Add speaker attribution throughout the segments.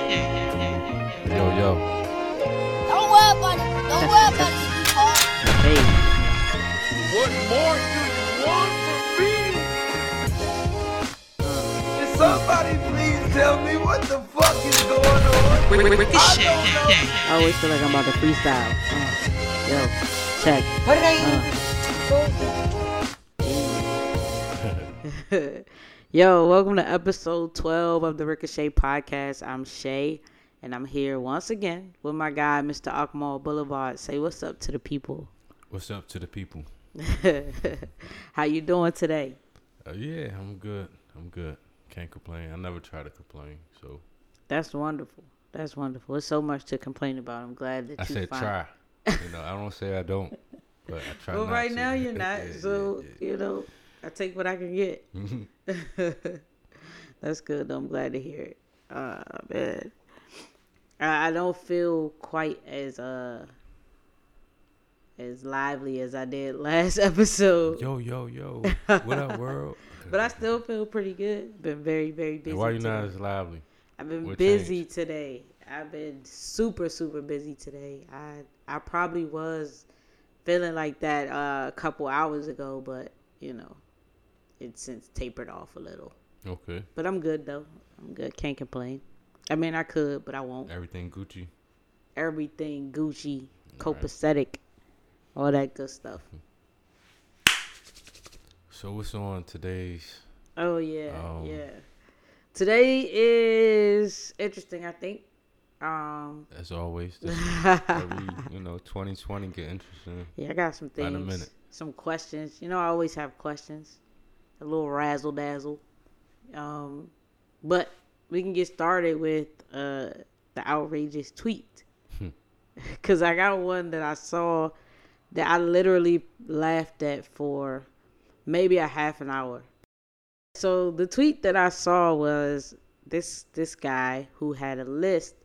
Speaker 1: Ricochet.
Speaker 2: Yo, yo.
Speaker 3: Don't worry about it. Don't worry about it, sweetheart.
Speaker 4: Hey,
Speaker 5: What more do you want from me? Can somebody please tell me what the fuck is going on?
Speaker 1: Ricochet.
Speaker 4: I always feel like I'm about to freestyle. Uh, yo, check.
Speaker 3: What did
Speaker 4: Uh.
Speaker 3: I
Speaker 4: Yo, welcome to episode 12 of the Ricochet Podcast. I'm Shay, and I'm here once again with my guy, Mr. Akmal Boulevard. Say what's up to the people.
Speaker 2: What's up to the people?
Speaker 4: How you doing today?
Speaker 2: Uh, yeah, I'm good. I'm good. Can't complain. I never try to complain. So
Speaker 4: That's wonderful. That's wonderful. There's so much to complain about. I'm glad that
Speaker 2: I
Speaker 4: you
Speaker 2: said
Speaker 4: find-
Speaker 2: try. you know, I don't say I don't, but I try.
Speaker 4: Well,
Speaker 2: not
Speaker 4: right
Speaker 2: to.
Speaker 4: now you're not,
Speaker 2: Yeah, yeah,
Speaker 4: so
Speaker 2: yeah.
Speaker 4: you know, I take what I can get.
Speaker 2: Mm-hmm.
Speaker 4: That's good. though. I'm glad to hear it. Uh, man, I, I don't feel quite as uh as lively as I did last episode,
Speaker 2: Yo, yo, yo. What up, world?
Speaker 4: but I still feel pretty good. Been very, very busy.
Speaker 2: And why you
Speaker 4: today.
Speaker 2: not as lively?
Speaker 4: I've been
Speaker 2: What
Speaker 4: busy today. I've been super super busy today. I I probably was feeling like that uh, a couple hours ago, but you know, it's since tapered off a little.
Speaker 2: Okay.
Speaker 4: But I'm good though. I'm good. Can't complain. I mean, I could, but I won't.
Speaker 2: Everything Gucci.
Speaker 4: Everything Gucci, copacetic, all that good stuff.
Speaker 2: So what's on today's?
Speaker 4: Oh yeah,
Speaker 2: Um,
Speaker 4: yeah. Today is interesting. I think. Um,
Speaker 2: As always, this is every you know 2020 get interesting.
Speaker 4: Yeah, I got some
Speaker 2: Find a
Speaker 4: things.
Speaker 2: minute.
Speaker 4: Some questions. You know, I always have questions. A little razzle dazzle. Um, but we can get started with uh, the outrageous tweet.
Speaker 2: Hmm.
Speaker 4: Because I got one that I saw that I literally laughed at for maybe a half an hour. So the tweet that I saw was this this guy who had a list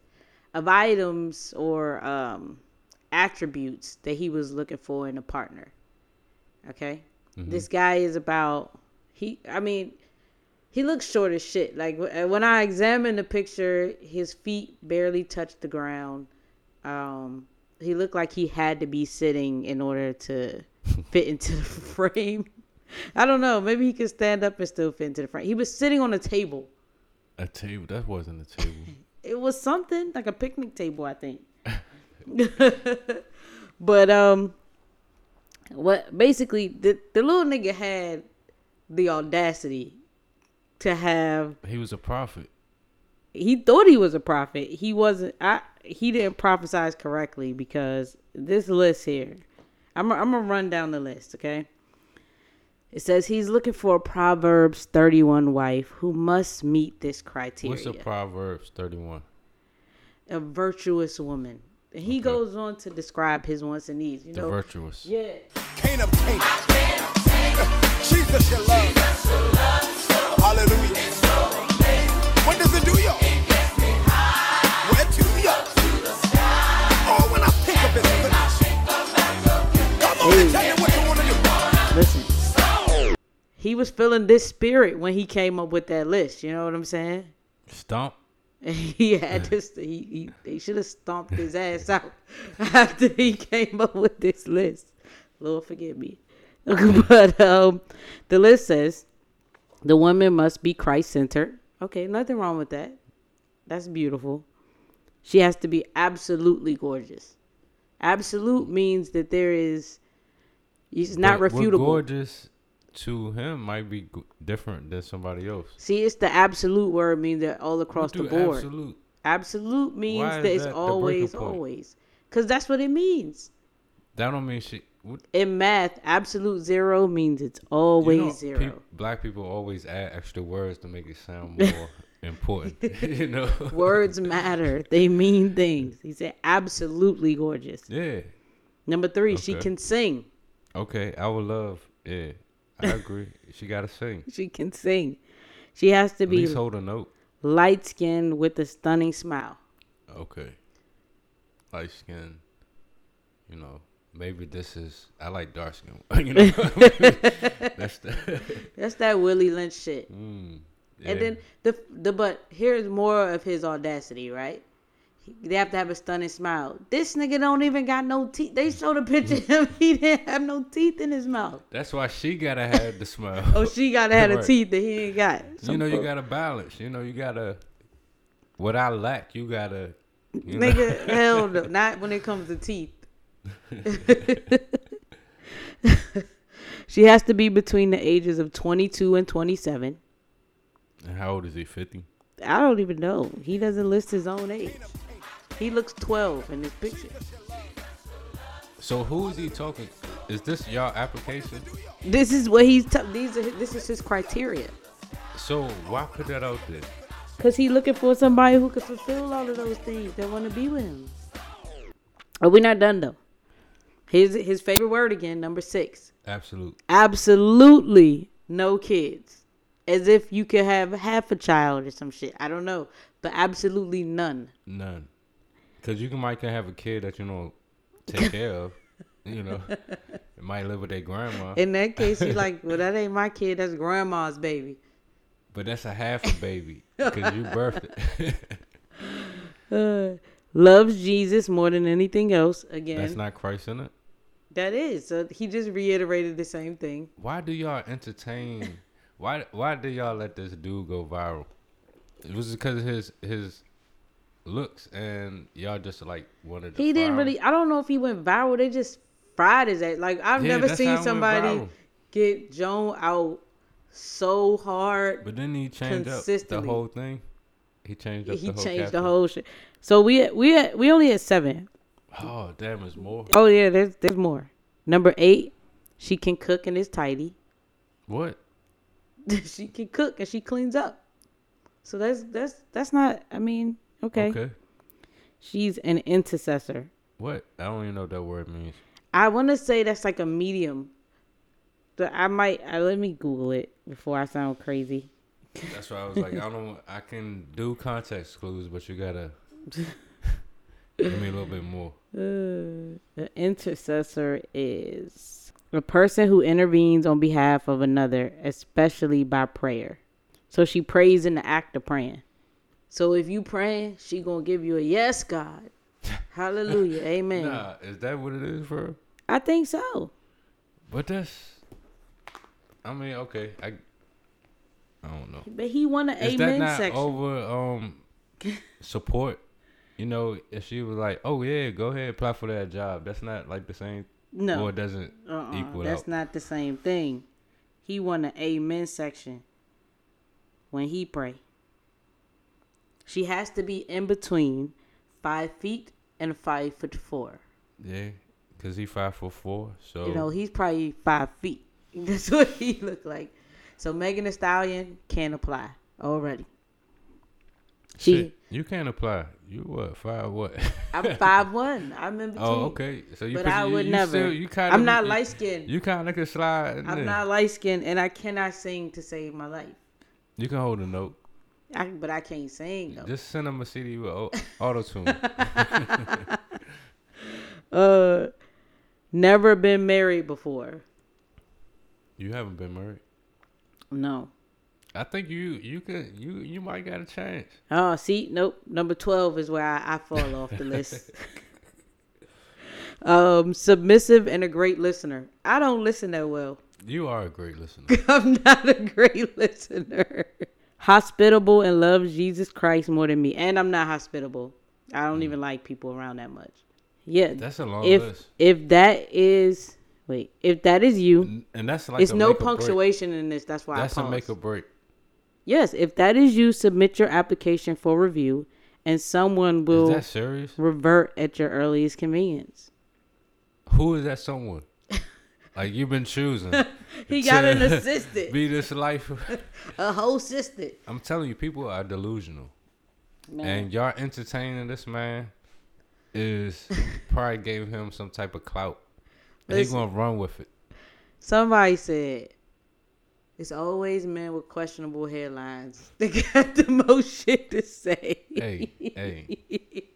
Speaker 4: of items or um, attributes that he was looking for in a partner. Okay, this guy is about he. I mean, he looks short as shit. Like wh- when I examined the picture, his feet barely touched the ground. Um, he looked like he had to be sitting in order to fit into the frame. I don't know. Maybe he could stand up and still fit into the frame. He was sitting on a table.
Speaker 2: A table that wasn't a table.
Speaker 4: It was something like a picnic table, I think. but um, what basically the the little nigga had the audacity to have.
Speaker 2: he was a prophet.
Speaker 4: He thought he was a prophet. He wasn't. I he didn't prophesize correctly because this list here. I'm i I'm gonna run down the list, okay? It says he's looking for a Proverbs 31 wife who must meet this criteria.
Speaker 2: What's the Proverbs 31?
Speaker 4: a virtuous woman. And he goes on to describe his wants and needs. You
Speaker 2: The
Speaker 4: know,
Speaker 2: virtuous.
Speaker 4: yeah,
Speaker 6: Can't obtain it. Jesus, your love. Hallelujah. What does it do, yo? Where to, yo? Oh, when I think of it, come on and tell me what you want to do.
Speaker 4: listen. He was feeling this spirit when he came up with that list. You know what I'm saying?
Speaker 2: Stomp.
Speaker 4: he had this. He, he they should have stomped his ass out after he came up with this list. Lord forgive me, but um, the list says the woman must be Christ centered. Okay, nothing wrong with that. That's beautiful. She has to be absolutely gorgeous. Absolute means that there is. It's not
Speaker 2: But what
Speaker 4: refutable.
Speaker 2: gorgeous to him might be g- different than somebody else.
Speaker 4: See, it's the absolute word means that all across the
Speaker 2: Dude,
Speaker 4: board.
Speaker 2: Absolute.
Speaker 4: Absolute means
Speaker 2: Why
Speaker 4: that
Speaker 2: is
Speaker 4: it's
Speaker 2: that the
Speaker 4: always,
Speaker 2: breaking point?
Speaker 4: always. Because that's what it means.
Speaker 2: That don't mean shit. What,
Speaker 4: In math, absolute zero means it's
Speaker 2: you
Speaker 4: always
Speaker 2: know,
Speaker 4: zero.
Speaker 2: peop- black people always add extra words to make it sound more important. you know.
Speaker 4: Words matter, they mean things. He said, absolutely gorgeous.
Speaker 2: Yeah.
Speaker 4: Number three, she
Speaker 2: Okay.
Speaker 4: can sing.
Speaker 2: Okay. I would love. Yeah. I agree. she gotta sing.
Speaker 4: She can sing. She has to
Speaker 2: At
Speaker 4: be
Speaker 2: least hold a note.
Speaker 4: light skinned with a stunning smile.
Speaker 2: Okay. Light skin. You know. Maybe this is. I like dark skin. you know. That's the. Mm,
Speaker 4: That's that Willie Lynch shit. And then the the but here's more of his audacity, right? He- They have to have a stunning smile. This nigga don't even got no teeth. They showed a picture of him. He didn't have no teeth in his mouth.
Speaker 2: That's why she gotta have the smile.
Speaker 4: Oh, she gotta have the
Speaker 2: Right.
Speaker 4: teeth that he ain't got.
Speaker 2: you know, you gotta balance. You know, you gotta. What I lack, you gotta. You know,
Speaker 4: Nigga, hell no. Not when it comes to teeth. she has to be between the ages of 22 and 27.
Speaker 2: how old is he? Fifty.
Speaker 4: I don't even know. He doesn't list his own age. He looks 12 in this picture.
Speaker 2: So who is he talking? Is this y'all application?
Speaker 4: This is what he's t- these are this is his criteria.
Speaker 2: So why put that out there?
Speaker 4: Cause he looking for somebody who can fulfill all of those things that want to be with him. Are we not done though? His his favorite word again, number six.
Speaker 2: Absolute.
Speaker 4: Absolutely no kids. As if you could have half a child or some shit. I don't know, but absolutely none.
Speaker 2: None. Because you can might can have a kid that you don't take care of. You know, it might live with their grandma,
Speaker 4: In that case, you like, well, that ain't my kid. That's grandma's baby.
Speaker 2: but that's a half a baby because you birthed it.
Speaker 4: Uh, loves Jesus more than anything else. Again,
Speaker 2: that's not Christ in it.
Speaker 4: that is. So he just reiterated the same thing.
Speaker 2: Why do y'all entertain? Why why do y'all let this dude go viral? It was because of his his looks, and y'all just like wanted. To
Speaker 4: He didn't
Speaker 2: frown.
Speaker 4: really. I don't know if he went viral. They just fried his ass. Like I've
Speaker 2: Yeah,
Speaker 4: never
Speaker 2: that's
Speaker 4: seen
Speaker 2: how it went
Speaker 4: somebody
Speaker 2: viral.
Speaker 4: get Joan out so hard.
Speaker 2: But then he changed up the
Speaker 4: consistently.
Speaker 2: whole thing. He changed up.
Speaker 4: he
Speaker 2: the whole
Speaker 4: changed the
Speaker 2: caption.
Speaker 4: whole shit. So we we we only had seven.
Speaker 2: Oh damn! It's more.
Speaker 4: Oh yeah, there's there's more. Number eight, she can cook and is tidy.
Speaker 2: What?
Speaker 4: she can cook and she cleans up. So that's that's that's not. I mean, okay.
Speaker 2: okay.
Speaker 4: She's an intercessor.
Speaker 2: What? I don't even know what that word means.
Speaker 4: I want to say that's like a medium. But I might. I, let me Google it before I sound crazy.
Speaker 2: That's why I was like, I don't. I can do context clues, but you gotta give me a little bit more.
Speaker 4: Uh, the intercessor is a person who intervenes on behalf of another, especially by prayer. So she prays in the act of praying. So if you praying, she gonna give you a yes, God, Hallelujah, Amen.
Speaker 2: Nah, is that what it is, bro?
Speaker 4: I think so.
Speaker 2: But that's. I mean, okay. I. I don't know.
Speaker 4: But he won an
Speaker 2: Is that
Speaker 4: Amen
Speaker 2: not
Speaker 4: section.
Speaker 2: over um support? You know, if she was like, "Oh yeah, go ahead, apply for that job," that's not like the same.
Speaker 4: No.
Speaker 2: or it doesn't
Speaker 4: Uh-uh,
Speaker 2: equal
Speaker 4: that's
Speaker 2: out.
Speaker 4: not the same thing. He won the amen section when he pray. She has to be in between five feet and five foot four.
Speaker 2: Yeah, because he five for four. So
Speaker 4: You know, he's probably five feet. That's what he look like. So Megan Thee Stallion can apply already. She,
Speaker 2: shit, you can't apply. You what five what?
Speaker 4: I'm five one. I'm in between.
Speaker 2: oh okay. So you
Speaker 4: But
Speaker 2: put-
Speaker 4: I
Speaker 2: you-
Speaker 4: would
Speaker 2: you
Speaker 4: never.
Speaker 2: still- you kind
Speaker 4: I'm not light skinned.
Speaker 2: You kind of can slide. in
Speaker 4: I'm
Speaker 2: there.
Speaker 4: not light skinned, and I cannot sing to save my life.
Speaker 2: You can hold a note.
Speaker 4: I, but I can't sing though.
Speaker 2: Just send him a CD with auto tune.
Speaker 4: Uh, never been married before.
Speaker 2: you haven't been married.
Speaker 4: No.
Speaker 2: I think you you could you you might got a chance.
Speaker 4: Oh, see, nope. Number twelve is where I, I fall off the list. um, submissive and a great listener. I don't listen that well.
Speaker 2: You are a great listener.
Speaker 4: I'm not a great listener. Hospitable and loves Jesus Christ more than me, and I'm not hospitable. I don't even like people around that much. Yeah,
Speaker 2: Hmm. That's a long
Speaker 4: if
Speaker 2: list.
Speaker 4: if that is wait, if that is you,
Speaker 2: N- And that's like
Speaker 4: it's
Speaker 2: a
Speaker 4: no
Speaker 2: make or break.
Speaker 4: punctuation in this. That's why
Speaker 2: That's
Speaker 4: I
Speaker 2: a
Speaker 4: paused.
Speaker 2: make or break.
Speaker 4: Yes, if that is you, submit your application for review, and someone
Speaker 2: Is
Speaker 4: will
Speaker 2: that serious?
Speaker 4: revert at your earliest convenience.
Speaker 2: Who is that someone? like you've been choosing.
Speaker 4: He got
Speaker 2: to
Speaker 4: an assistant,
Speaker 2: Be this life.
Speaker 4: a whole assistant.
Speaker 2: I'm telling you, people are delusional,
Speaker 4: Man,
Speaker 2: and y'all entertaining this man is probably gave him some type of clout. And He
Speaker 4: Listen.
Speaker 2: gonna run with it.
Speaker 4: somebody said it's always men with questionable headlines. They got the most shit to say.
Speaker 2: Hey, hey.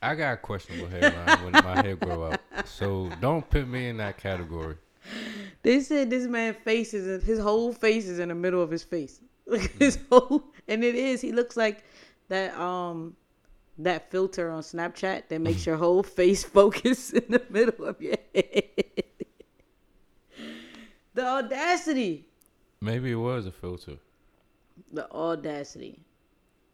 Speaker 2: I got a questionable hairline when my hair grow out, so don't put me in that category.
Speaker 4: They said this man face is in, his whole face is in the middle of his face. Look at his whole and it is. He looks like that um that filter on Snapchat that makes your whole face focus in the middle of your head. the audacity.
Speaker 2: Maybe it was a filter.
Speaker 4: The audacity.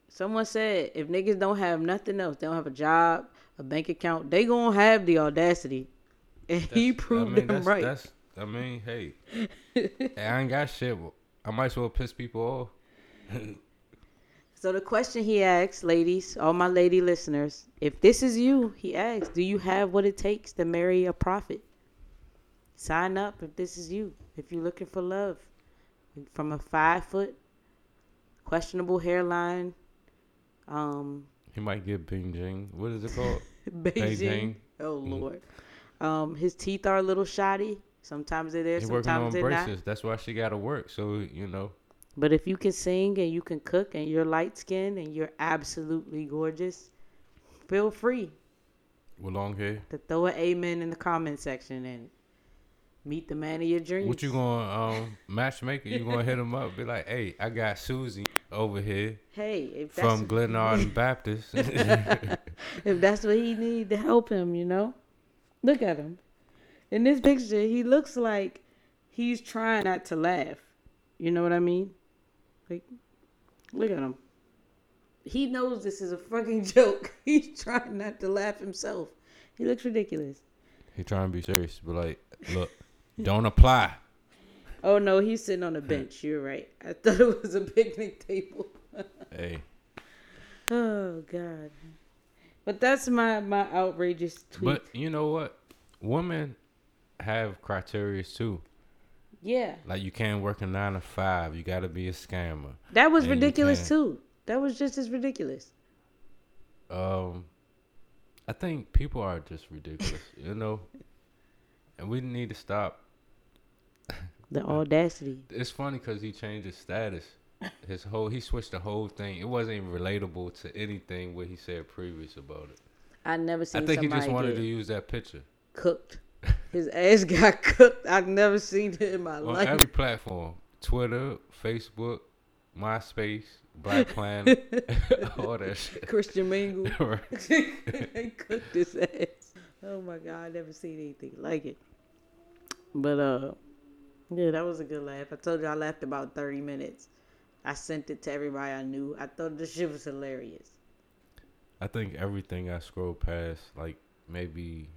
Speaker 4: Someone said if niggas don't have nothing else, they don't have a job, a bank account, they gonna have the audacity. And he
Speaker 2: That's- I
Speaker 4: proved
Speaker 2: mean,
Speaker 4: them
Speaker 2: that's-
Speaker 4: right.
Speaker 2: That's, I mean, hey, I ain't got shit. I might as well piss people off.
Speaker 4: So the question he asks, ladies, all my lady listeners, if this is you, he asks, do you have what it takes to marry a prophet? Sign up if this is you. If you're looking for love, from a five foot, questionable hairline, um,
Speaker 2: He might get Beijing. What is it called?
Speaker 4: Beijing.
Speaker 2: Beijing.
Speaker 4: Oh
Speaker 2: Mm.
Speaker 4: lord, um, his teeth are a little shoddy. Sometimes they're there,
Speaker 2: He working on
Speaker 4: sometimes they're not.
Speaker 2: braces. That's why she got to work. So you know,
Speaker 4: But if you can sing and you can cook and you're light skinned and you're absolutely gorgeous, feel free
Speaker 2: with long hair.
Speaker 4: to throw an amen in the comment section and meet the man of your dreams.
Speaker 2: What you gonna um, matchmaker? You gonna hit him up? Be like, hey, I got Susie over here
Speaker 4: Hey, if that's
Speaker 2: from Glenarden Baptist.
Speaker 4: if that's what he need to help him, you know, look at him. In this picture, he looks like he's trying not to laugh. You know what I mean? Like, look at him. He knows this is a fucking joke. He's trying not to laugh himself. He looks ridiculous.
Speaker 2: he trying to be serious, but like, look, don't apply.
Speaker 4: Oh no, he's sitting on a
Speaker 2: Hmm.
Speaker 4: bench. You're right. I thought it was a picnic table.
Speaker 2: Hey,
Speaker 4: Oh God. But that's my my outrageous tweet.
Speaker 2: but you know what? Women have criteria too.
Speaker 4: yeah,
Speaker 2: Like you can't work a nine to five. You gotta be a scammer.
Speaker 4: that was
Speaker 2: And you
Speaker 4: ridiculous
Speaker 2: can-
Speaker 4: too. That was just as ridiculous.
Speaker 2: Um, I think people are just ridiculous, you know. And we need to stop.
Speaker 4: The audacity.
Speaker 2: It's funny because he changed his status. His whole he switched the whole thing. It wasn't even relatable to anything what he said previous about it.
Speaker 4: I never seen
Speaker 2: I think he
Speaker 4: somebody
Speaker 2: just wanted
Speaker 4: get
Speaker 2: to use that picture
Speaker 4: cooked. His ass got cooked. I've never seen it in my
Speaker 2: on
Speaker 4: life.
Speaker 2: every platform: Twitter, Facebook, MySpace, Black Planet, all that shit.
Speaker 4: Christian Mingle.
Speaker 2: Right.
Speaker 4: they cooked his ass. Oh my god, I never seen anything like it. But uh yeah, that was a good laugh. I told you I laughed about thirty minutes. I sent it to everybody I knew. I thought this shit was hilarious.
Speaker 2: I think everything I scroll past, like maybe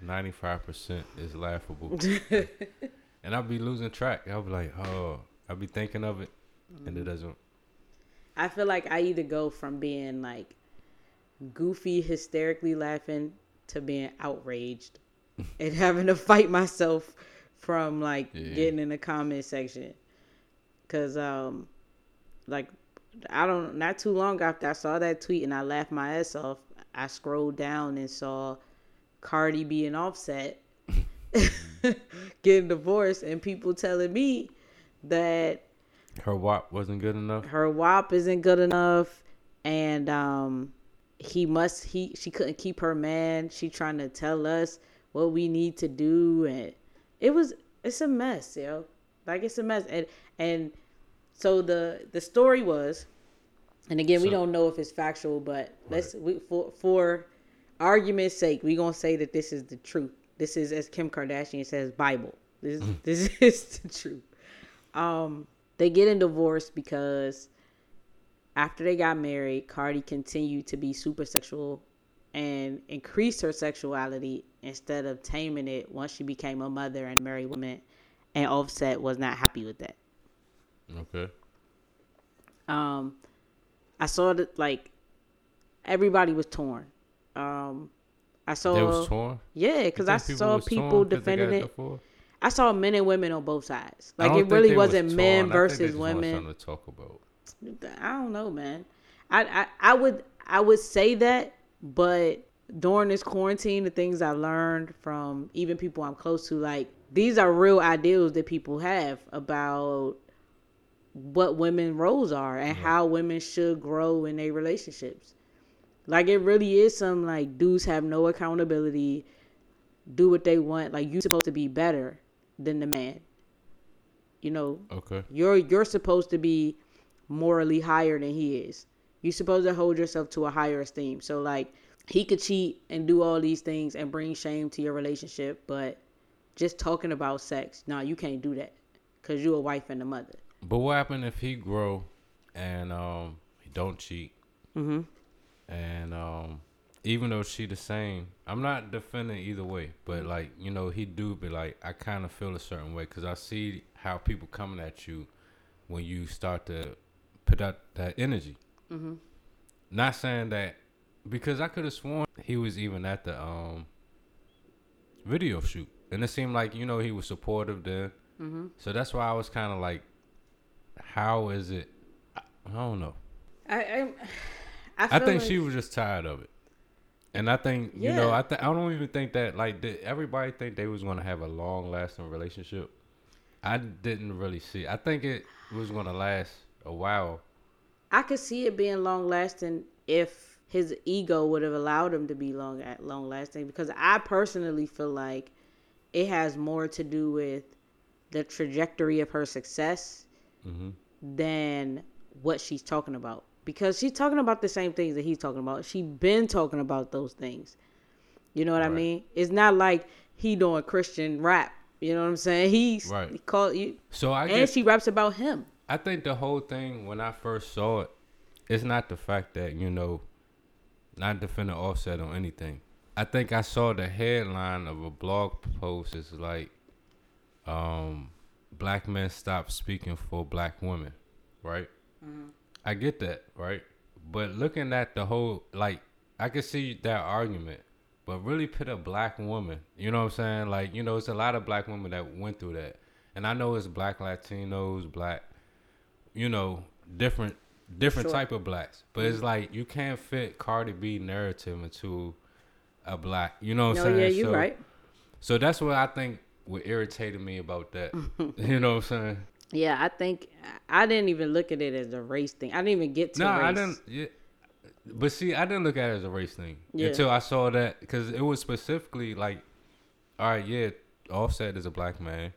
Speaker 2: ninety five percent, is laughable, and I'll be losing track. I'll be like, oh, I'll be thinking of it, and it
Speaker 4: Mm.
Speaker 2: doesn't.
Speaker 4: I feel like I either go from being like goofy, hysterically laughing to being outraged and having to fight myself from like
Speaker 2: Yeah.
Speaker 4: getting in the comment section. Cause um like I don't not too long after I saw that tweet and I laughed my ass off, I scrolled down and saw Cardi being offset getting divorced and people telling me that
Speaker 2: Her wop wasn't good enough.
Speaker 4: her WAP isn't good enough, and um, he must he she couldn't keep her man. She trying to tell us what we need to do, and it was it's a mess, yo. Like it's a mess, and and so the the story was, and again we
Speaker 2: So-
Speaker 4: don't know if it's factual, but let's we for for argument's sake we gonna say that this is the truth. This is as Kim Kardashian says, Bible. This
Speaker 2: Mm-hmm.
Speaker 4: this is the truth they get in divorce because after they got married, Cardi continued to be super sexual and increased her sexuality instead of taming it once she became a mother and married woman. And Offset was not happy with that.
Speaker 2: Okay.
Speaker 4: Um, I saw that like everybody was torn. Um, I saw
Speaker 2: They was torn.
Speaker 4: yeah, because Oh, I
Speaker 2: think people
Speaker 4: saw
Speaker 2: was torn
Speaker 4: people
Speaker 2: 'cause they
Speaker 4: defending
Speaker 2: got
Speaker 4: it.
Speaker 2: divorced?
Speaker 4: I saw men and women on both sides.
Speaker 2: I
Speaker 4: Like
Speaker 2: don't
Speaker 4: it
Speaker 2: think
Speaker 4: really
Speaker 2: they was
Speaker 4: wasn't
Speaker 2: torn. I
Speaker 4: men
Speaker 2: think they
Speaker 4: versus
Speaker 2: just wanted
Speaker 4: women.
Speaker 2: something to talk about.
Speaker 4: I don't know, man. I, I I would I would say that, but during this quarantine, the things I learned from even people I'm close to, like these are real ideals that people have about what women roles are and how women should grow in their relationships. Like it really is some like dudes have no accountability, do what they want. Like you supposed to be better than the man. You know,
Speaker 2: Okay.
Speaker 4: you're you're supposed to be morally higher than he is. You're supposed to hold yourself to a higher esteem. So like he could cheat and do all these things and bring shame to your relationship, but just talking about sex, nah, you can't do that because you're a wife and a mother.
Speaker 2: But what happened if he grow and um he don't cheat? Mm-hmm. And um even though she the same, I'm not defending either way. But like you know, he do be like, I kind of feel a certain way because I see how people coming at you when you start to put out that energy. Mm-hmm. Not saying that because I could have sworn he was even at the um video shoot, and it seemed like you know he was supportive then. So that's why I was kind of like, how is it? I, I don't know.
Speaker 4: I I, I,
Speaker 2: I
Speaker 4: feel
Speaker 2: think
Speaker 4: like-
Speaker 2: she was just tired of it, and I think you know
Speaker 4: Yeah.
Speaker 2: I th- I don't even think that like did everybody think they was gonna have a long lasting relationship. I didn't really see. I think it was gonna last a while.
Speaker 4: I could see it being long lasting if his ego would have allowed him to be long long lasting because I personally feel like it has more to do with the trajectory of her success
Speaker 2: Mm-hmm.
Speaker 4: than what she's talking about because she's talking about the same things that he's talking about. She been talking about those things. You know what I
Speaker 2: Right.
Speaker 4: mean? It's not like he doing Christian rap. You know what I'm saying? He's
Speaker 2: Right.
Speaker 4: he called you,
Speaker 2: So I
Speaker 4: and
Speaker 2: guess
Speaker 4: she raps about him.
Speaker 2: I think the whole thing when I first saw it, it's not the fact that you know, not defending Offset on anything. I think I saw the headline of a blog post. It's like, um, black men stop speaking for black women, right?
Speaker 4: Mm-hmm.
Speaker 2: I get that, right? But looking at the whole, like, I can see that argument, but really put a black woman, you know what I'm saying? Like, you know, it's a lot of black women that went through that. And I know it's black Latinos, black, you know, different different type of blacks. But
Speaker 4: Mm-hmm.
Speaker 2: it's like you can't fit Cardi B narrative into a black, you know what I'm
Speaker 4: No,
Speaker 2: saying?
Speaker 4: yeah, you're
Speaker 2: So-
Speaker 4: right.
Speaker 2: So that's what I think what irritated me about that. you know what I'm saying?
Speaker 4: Yeah, I think I didn't even look at it as a race thing. I didn't even get to
Speaker 2: No,
Speaker 4: race.
Speaker 2: I didn't. Yeah, but see, I didn't look at it as a race thing
Speaker 4: Yeah.
Speaker 2: until I saw that because it was specifically like, all right, yeah, Offset is a black man,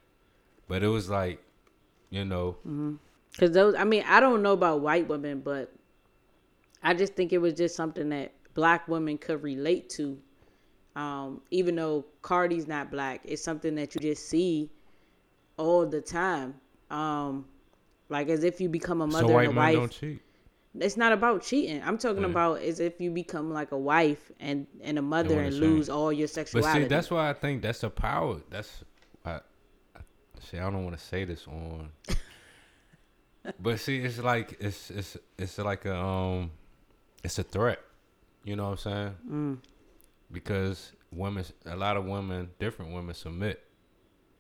Speaker 2: but it was like, you know,
Speaker 4: Cause those, I mean, I don't know about white women, but I just think it was just something that black women could relate to. Um, even though Cardi's not black, it's something that you just see all the time. Um, like as if you become a mother
Speaker 2: so white
Speaker 4: and
Speaker 2: men
Speaker 4: a wife.
Speaker 2: don't cheat.
Speaker 4: it's not about cheating. I'm talking
Speaker 2: Yeah.
Speaker 4: about as if you become like a wife and and a mother
Speaker 2: wanna
Speaker 4: and,
Speaker 2: change.
Speaker 4: lose all your
Speaker 2: But
Speaker 4: sexuality.
Speaker 2: see, that's why I think that's a power. That's I, I see. I don't want to say this on, but see, it's like it's it's it's like a um, it's a threat. You know what I'm saying? Because women, a lot of women, different women submit,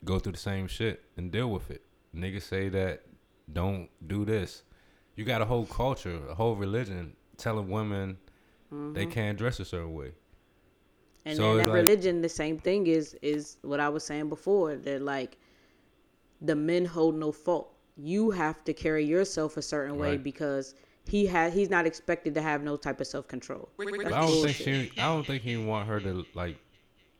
Speaker 2: go through the same shit and deal with it. Niggas say that don't do this. You got a whole culture, a whole religion telling women they can't dress a certain way.
Speaker 4: And
Speaker 2: So
Speaker 4: in
Speaker 2: it's
Speaker 4: that
Speaker 2: like-
Speaker 4: religion, the same thing is is what I was saying before. That like the men hold no fault. You have to carry yourself a certain way
Speaker 2: Right.
Speaker 4: because he had he's not expected to have no type of self control.
Speaker 2: But I don't think she. I don't think he want her to like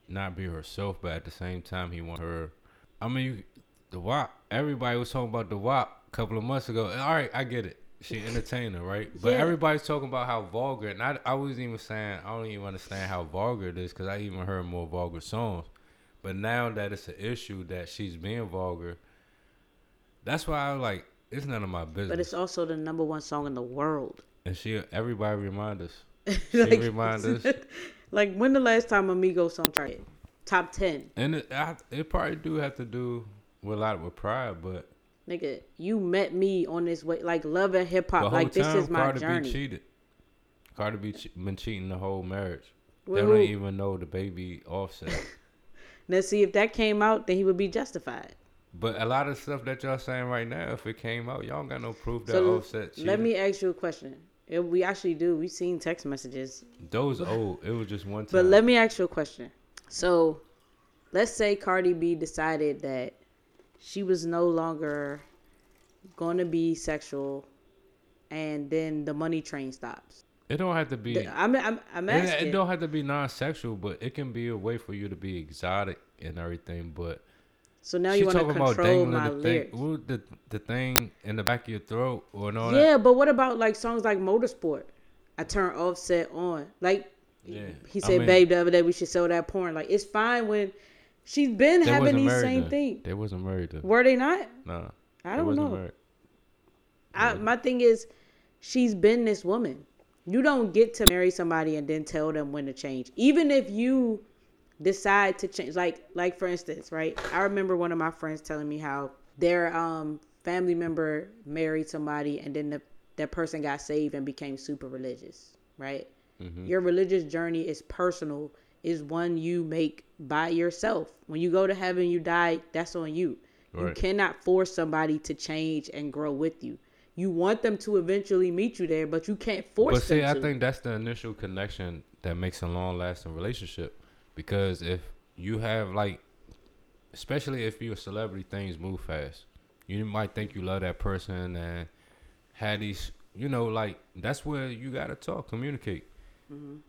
Speaker 2: not be herself, but at the same time, he want her. I mean, you, the WAP. Everybody was talking about the WAP a couple of months ago. And, All right, I get it. She entertainer, right? But
Speaker 4: Yeah.
Speaker 2: everybody's talking about how vulgar, and I, I wasn't even saying I don't even understand how vulgar it is because I even heard more vulgar songs. But now that it's an issue that she's being vulgar, that's why I like it's none of my business.
Speaker 4: But it's also the number one song in the world.
Speaker 2: and she, everybody remind us. She
Speaker 4: Like-
Speaker 2: remind us.
Speaker 4: Like when the last time Amigo song charted? Top ten,
Speaker 2: And it, I, it probably do have to do with a lot with pride, but
Speaker 4: nigga. You met me on this way, like love and hip
Speaker 2: the
Speaker 4: hop.
Speaker 2: whole
Speaker 4: Uh, Like this
Speaker 2: time
Speaker 4: is my
Speaker 2: Cardi B
Speaker 4: journey.
Speaker 2: cheated. Cardi B che- been cheating the whole marriage.
Speaker 4: With
Speaker 2: they don't
Speaker 4: who?
Speaker 2: even know the baby offset.
Speaker 4: Let's see if that came out, then he would be justified.
Speaker 2: but a lot of stuff that y'all saying right now, if it came out, y'all got no proof that
Speaker 4: So
Speaker 2: offset cheated.
Speaker 4: let me ask you a question. If we actually do. We've seen text messages.
Speaker 2: Those old. It was just one time.
Speaker 4: But let me ask you a question. So let's say Cardi B decided that she was no longer going to be sexual and then the money train stops.
Speaker 2: It don't have to be.
Speaker 4: I'm, I'm,
Speaker 2: And
Speaker 4: I'm asking.
Speaker 2: It, don't have to be non-sexual, but it can be a way for you to be exotic and everything. But
Speaker 4: So now
Speaker 2: she
Speaker 4: you want to
Speaker 2: talking about
Speaker 4: control
Speaker 2: dangling
Speaker 4: my
Speaker 2: the thing,
Speaker 4: lyrics.
Speaker 2: ooh, the the thing in the back of your throat or no?
Speaker 4: Yeah, but what about like songs like Motorsport? I turn Offset on. Like
Speaker 2: Yeah,
Speaker 4: he
Speaker 2: I
Speaker 4: said,
Speaker 2: mean-
Speaker 4: babe, the other day we should sell that porn. Like it's fine when she's been
Speaker 2: They
Speaker 4: having
Speaker 2: wasn't
Speaker 4: these
Speaker 2: married
Speaker 4: same
Speaker 2: then.
Speaker 4: things.
Speaker 2: They wasn't married. Though.
Speaker 4: Were they not?
Speaker 2: Nah,
Speaker 4: I
Speaker 2: they
Speaker 4: don't
Speaker 2: wasn't
Speaker 4: know.
Speaker 2: married.
Speaker 4: I, my thing is, she's been this woman. You don't get to marry somebody and then tell them when to change. Even if you decide to change, like like for instance, right? I remember one of my friends telling me how their um family member married somebody and then the, that person got saved and became super religious, right? Your religious journey is personal, is one you make by yourself. When you go to heaven, you die, that's on you. You
Speaker 2: Right.
Speaker 4: cannot force somebody to change and grow with you. You want them to eventually meet you there, but you can't force
Speaker 2: But see,
Speaker 4: them
Speaker 2: I
Speaker 4: to.
Speaker 2: think that's the initial connection that makes a long lasting relationship. Because if you have like especially if you're a celebrity, things move fast. You might think you love that person and had these you know, like that's where you gotta talk, communicate.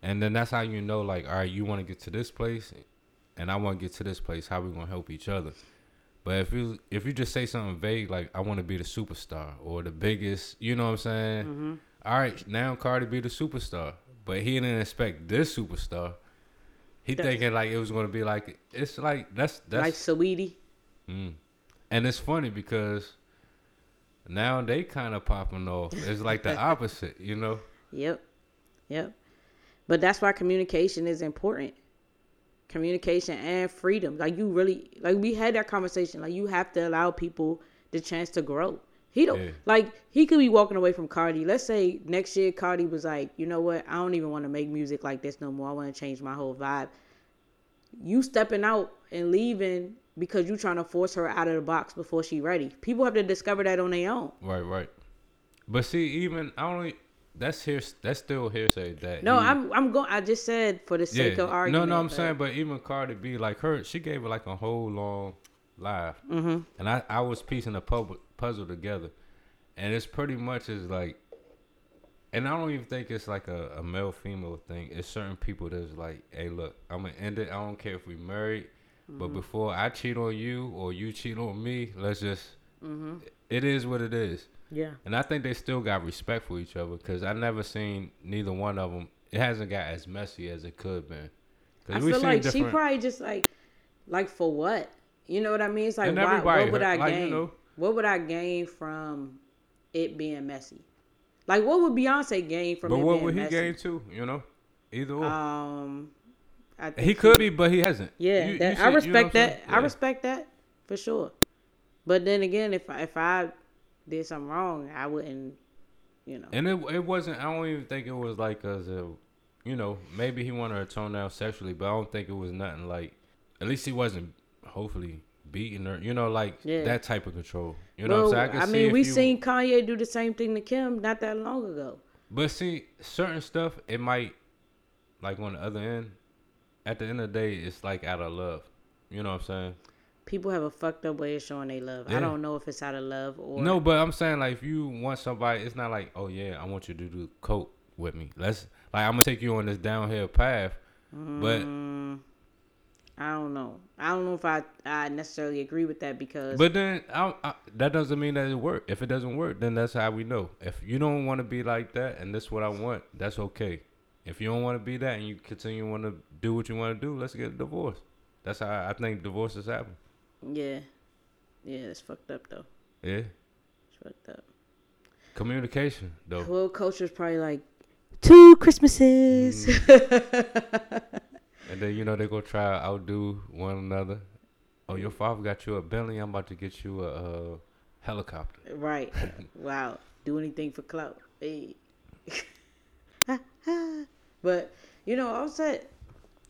Speaker 2: And then that's how you know like, all right, you wanna get to this place and I wanna get to this place, how we gonna help each other. But if you if you just say something vague like I want to be the superstar or the biggest, you know what I'm saying? All right, now Cardi be the superstar, but he didn't expect this superstar. He thinking like it was gonna be like it's like that's that's
Speaker 4: like Saweetie.
Speaker 2: and it's funny because now they kind of popping off. It's like the opposite, you know.
Speaker 4: Yep. Yep. But that's why communication is important. Communication and freedom. Like you really like we had that conversation. Like you have to allow people the chance to grow. He don't
Speaker 2: Yeah.
Speaker 4: like he could be walking away from Cardi. Let's say next year Cardi was like, you know what, I don't even want to make music like this no more. I want to change my whole vibe. You stepping out and leaving because you trying to force her out of the box before she ready. People have to discover that on their own.
Speaker 2: Right, right. But see, even I only that's here. That's still hearsay. That
Speaker 4: No,
Speaker 2: he-
Speaker 4: I'm I'm going. I just said for the sake of argument.
Speaker 2: Mm. No, no, I'm
Speaker 4: but-
Speaker 2: saying, but even Cardi B, like her, she gave it like a whole long live,
Speaker 4: Mm-hmm.
Speaker 2: and I, I was piecing a pub- puzzle together, and it's pretty much is like, and I don't even think it's like a, a male female thing. It's certain people that's like, hey, look, I'm gonna end it. I don't care if we married, but
Speaker 4: Mm-hmm.
Speaker 2: before I cheat on you or you cheat on me, let's just,
Speaker 4: Mm-hmm.
Speaker 2: it is what it is.
Speaker 4: Yeah.
Speaker 2: And I think they still got respect for each other because I never seen neither one of them. It hasn't got as messy as it could been. 'Cause
Speaker 4: I
Speaker 2: we
Speaker 4: feel
Speaker 2: seen
Speaker 4: like she
Speaker 2: different-
Speaker 4: probably just like, like for what? You know what I mean? It's like,
Speaker 2: And
Speaker 4: why,
Speaker 2: everybody
Speaker 4: what would
Speaker 2: hurt-
Speaker 4: I
Speaker 2: like, you
Speaker 4: gain?
Speaker 2: know.
Speaker 4: What would I gain from it being messy? Like, what would Beyonce gain from
Speaker 2: But
Speaker 4: it
Speaker 2: what
Speaker 4: being
Speaker 2: would he
Speaker 4: messy?
Speaker 2: gain too? You know, either or.
Speaker 4: Um, I think
Speaker 2: he could be, but he hasn't.
Speaker 4: Yeah,
Speaker 2: You-
Speaker 4: that,
Speaker 2: you see- you know
Speaker 4: I
Speaker 2: what
Speaker 4: respect
Speaker 2: I'm
Speaker 4: that.
Speaker 2: saying?
Speaker 4: I
Speaker 2: Yeah.
Speaker 4: respect that for sure. But then again, if I, if I did something wrong, I wouldn't. You know.
Speaker 2: And it it wasn't. I don't even think it was like as a, you know, maybe he wanted to tone down sexually, but I don't think it was nothing like. At least he wasn't. Hopefully beating her. You know, like
Speaker 4: Yeah.
Speaker 2: that type of control. You know,
Speaker 4: Well,
Speaker 2: what I'm
Speaker 4: I,
Speaker 2: saying? can see
Speaker 4: mean,
Speaker 2: if
Speaker 4: we
Speaker 2: you-
Speaker 4: seen Kanye do the same thing to Kim not that long ago.
Speaker 2: But see, certain stuff it might like on the other end. At the end of the day, it's like out of love. You know what I'm saying?
Speaker 4: People have a fucked up way of showing they love. I
Speaker 2: Yeah.
Speaker 4: don't know if it's out of love or
Speaker 2: No, but I'm saying like if you want somebody, it's not like oh yeah, I want you to do coke with me. Let's like I'm gonna take you on this downhill path. But
Speaker 4: I don't know. I don't know if I, I necessarily agree with that because
Speaker 2: but then I, I, that doesn't mean that it work. If it doesn't work, then that's how we know. If you don't want to be like that, and this what I want, that's okay. If you don't want to be that, and you continue want to do what you want to do, let's get a divorce. That's how I think divorces happen.
Speaker 4: yeah, yeah, it's fucked up though.
Speaker 2: Yeah.
Speaker 4: It's fucked up.
Speaker 2: Communication, though.
Speaker 4: Well, culture's probably like two Christmases.
Speaker 2: And then, you know, they go try to outdo one another. Oh, your father got you a Bentley. I'm about to get you a, uh helicopter.
Speaker 4: right. Wow. Do anything for clout. Hey. but you know, I was at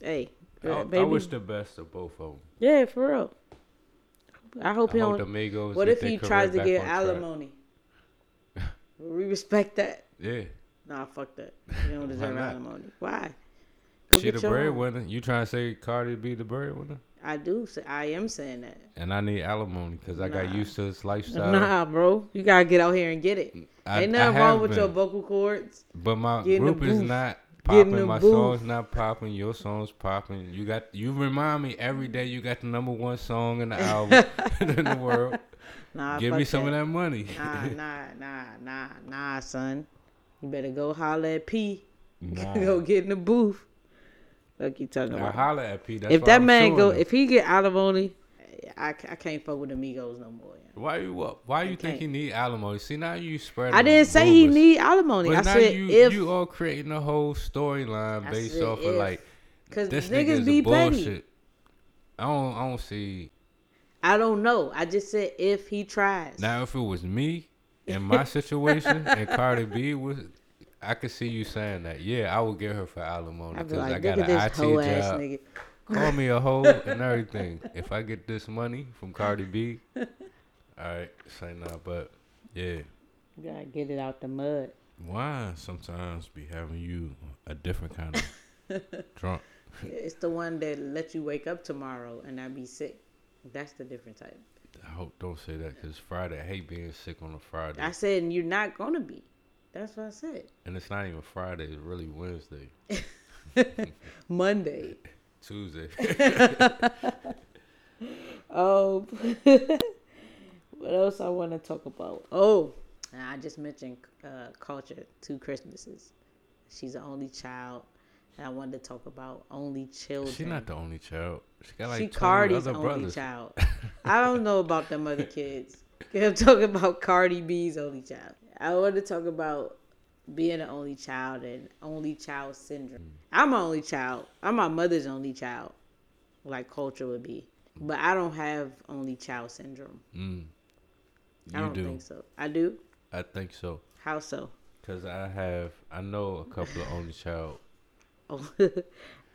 Speaker 4: hey, uh,
Speaker 2: I,
Speaker 4: baby.
Speaker 2: I wish the best of both of them.
Speaker 4: yeah, for real. I hope
Speaker 2: I
Speaker 4: he
Speaker 2: hope
Speaker 4: don't.
Speaker 2: the Migos
Speaker 4: What
Speaker 2: get
Speaker 4: if
Speaker 2: their
Speaker 4: he
Speaker 2: career
Speaker 4: tries to
Speaker 2: back
Speaker 4: get
Speaker 2: on track.
Speaker 4: alimony? Will we respect that?
Speaker 2: Yeah.
Speaker 4: Nah, fuck that. You don't deserve
Speaker 2: not?
Speaker 4: alimony. Why?
Speaker 2: She
Speaker 4: get
Speaker 2: the
Speaker 4: your own.
Speaker 2: breadwinner. You trying to say Cardi be the breadwinner?
Speaker 4: I do. Say, I am saying that.
Speaker 2: And I need alimony because I got
Speaker 4: Nah.
Speaker 2: used to this lifestyle.
Speaker 4: nah, bro. You gotta get out here and get it.
Speaker 2: I-
Speaker 4: Ain't
Speaker 2: I
Speaker 4: nothing wrong
Speaker 2: have
Speaker 4: with your
Speaker 2: been.
Speaker 4: vocal cords.
Speaker 2: But my
Speaker 4: Get in the
Speaker 2: group is
Speaker 4: booth.
Speaker 2: not
Speaker 4: Getting
Speaker 2: popping.
Speaker 4: the
Speaker 2: My
Speaker 4: booth.
Speaker 2: song's not popping. Your song's popping. You got. You remind me every day. You got the number one song in the album in the world.
Speaker 4: Nah,
Speaker 2: Give
Speaker 4: fuck
Speaker 2: me some of that money.
Speaker 4: Nah, nah, nah, nah, nah, son. You better go holler at P.
Speaker 2: Nah.
Speaker 4: go get in the booth. Fuck you talking
Speaker 2: Now
Speaker 4: about?
Speaker 2: holla at P. That's
Speaker 4: if
Speaker 2: why
Speaker 4: that
Speaker 2: I'm
Speaker 4: man
Speaker 2: showing
Speaker 4: go,
Speaker 2: him.
Speaker 4: if he get alimony, I, I can't fuck with Amigos no more. yeah.
Speaker 2: why you up? Why you think
Speaker 4: can't.
Speaker 2: he need alimony? See now you spread.
Speaker 4: I didn't say he need alimony.
Speaker 2: But
Speaker 4: I
Speaker 2: now
Speaker 4: said
Speaker 2: you,
Speaker 4: if
Speaker 2: you all creating a whole storyline
Speaker 4: I
Speaker 2: based
Speaker 4: said
Speaker 2: off of
Speaker 4: if.
Speaker 2: like
Speaker 4: because
Speaker 2: this
Speaker 4: niggas
Speaker 2: nigga's
Speaker 4: be
Speaker 2: bullshit.
Speaker 4: petty.
Speaker 2: I don't. I don't see.
Speaker 4: I don't know. I just said if he tries.
Speaker 2: Now, if it was me in my situation and Cardi B was, I could see you saying that. Yeah, I would get her for alimony
Speaker 4: I'd be
Speaker 2: because
Speaker 4: like,
Speaker 2: I
Speaker 4: look
Speaker 2: got
Speaker 4: at
Speaker 2: an IT
Speaker 4: this hoe ass
Speaker 2: job.
Speaker 4: nigga.
Speaker 2: Call me a hoe and everything. If I get this money from Cardi B, all right, say nah. But yeah,
Speaker 4: You gotta get it out the mud.
Speaker 2: wine sometimes be having you a different kind of drunk.
Speaker 4: It's the one that let you wake up tomorrow and not be sick. That's the different type.
Speaker 2: I hope don't say that because Friday. I hate being sick on a Friday,
Speaker 4: I said you're not gonna be. That's what I said.
Speaker 2: and it's not even Friday. It's really Wednesday,
Speaker 4: Monday.
Speaker 2: Tuesday.
Speaker 4: Oh, what else I want to talk about? Oh, I just mentioned uh, culture two Christmases. She's an only child, and I wanted to talk about only children.
Speaker 2: She not the only child. She got like
Speaker 4: she
Speaker 2: 20
Speaker 4: Cardi's
Speaker 2: other
Speaker 4: only
Speaker 2: brothers.
Speaker 4: child. I don't know about them other kids. I'm talking about Cardi B's only child. I want to talk about being an only child and only child
Speaker 2: Mm.
Speaker 4: syndrome. I'm an only child. I'm my mother's only child, like culture would be. But I don't have only child syndrome.
Speaker 2: Mm. You
Speaker 4: I don't
Speaker 2: do.
Speaker 4: think so. I do.
Speaker 2: I think so.
Speaker 4: How so?
Speaker 2: Cause I have, I know a couple of only child.
Speaker 4: Oh,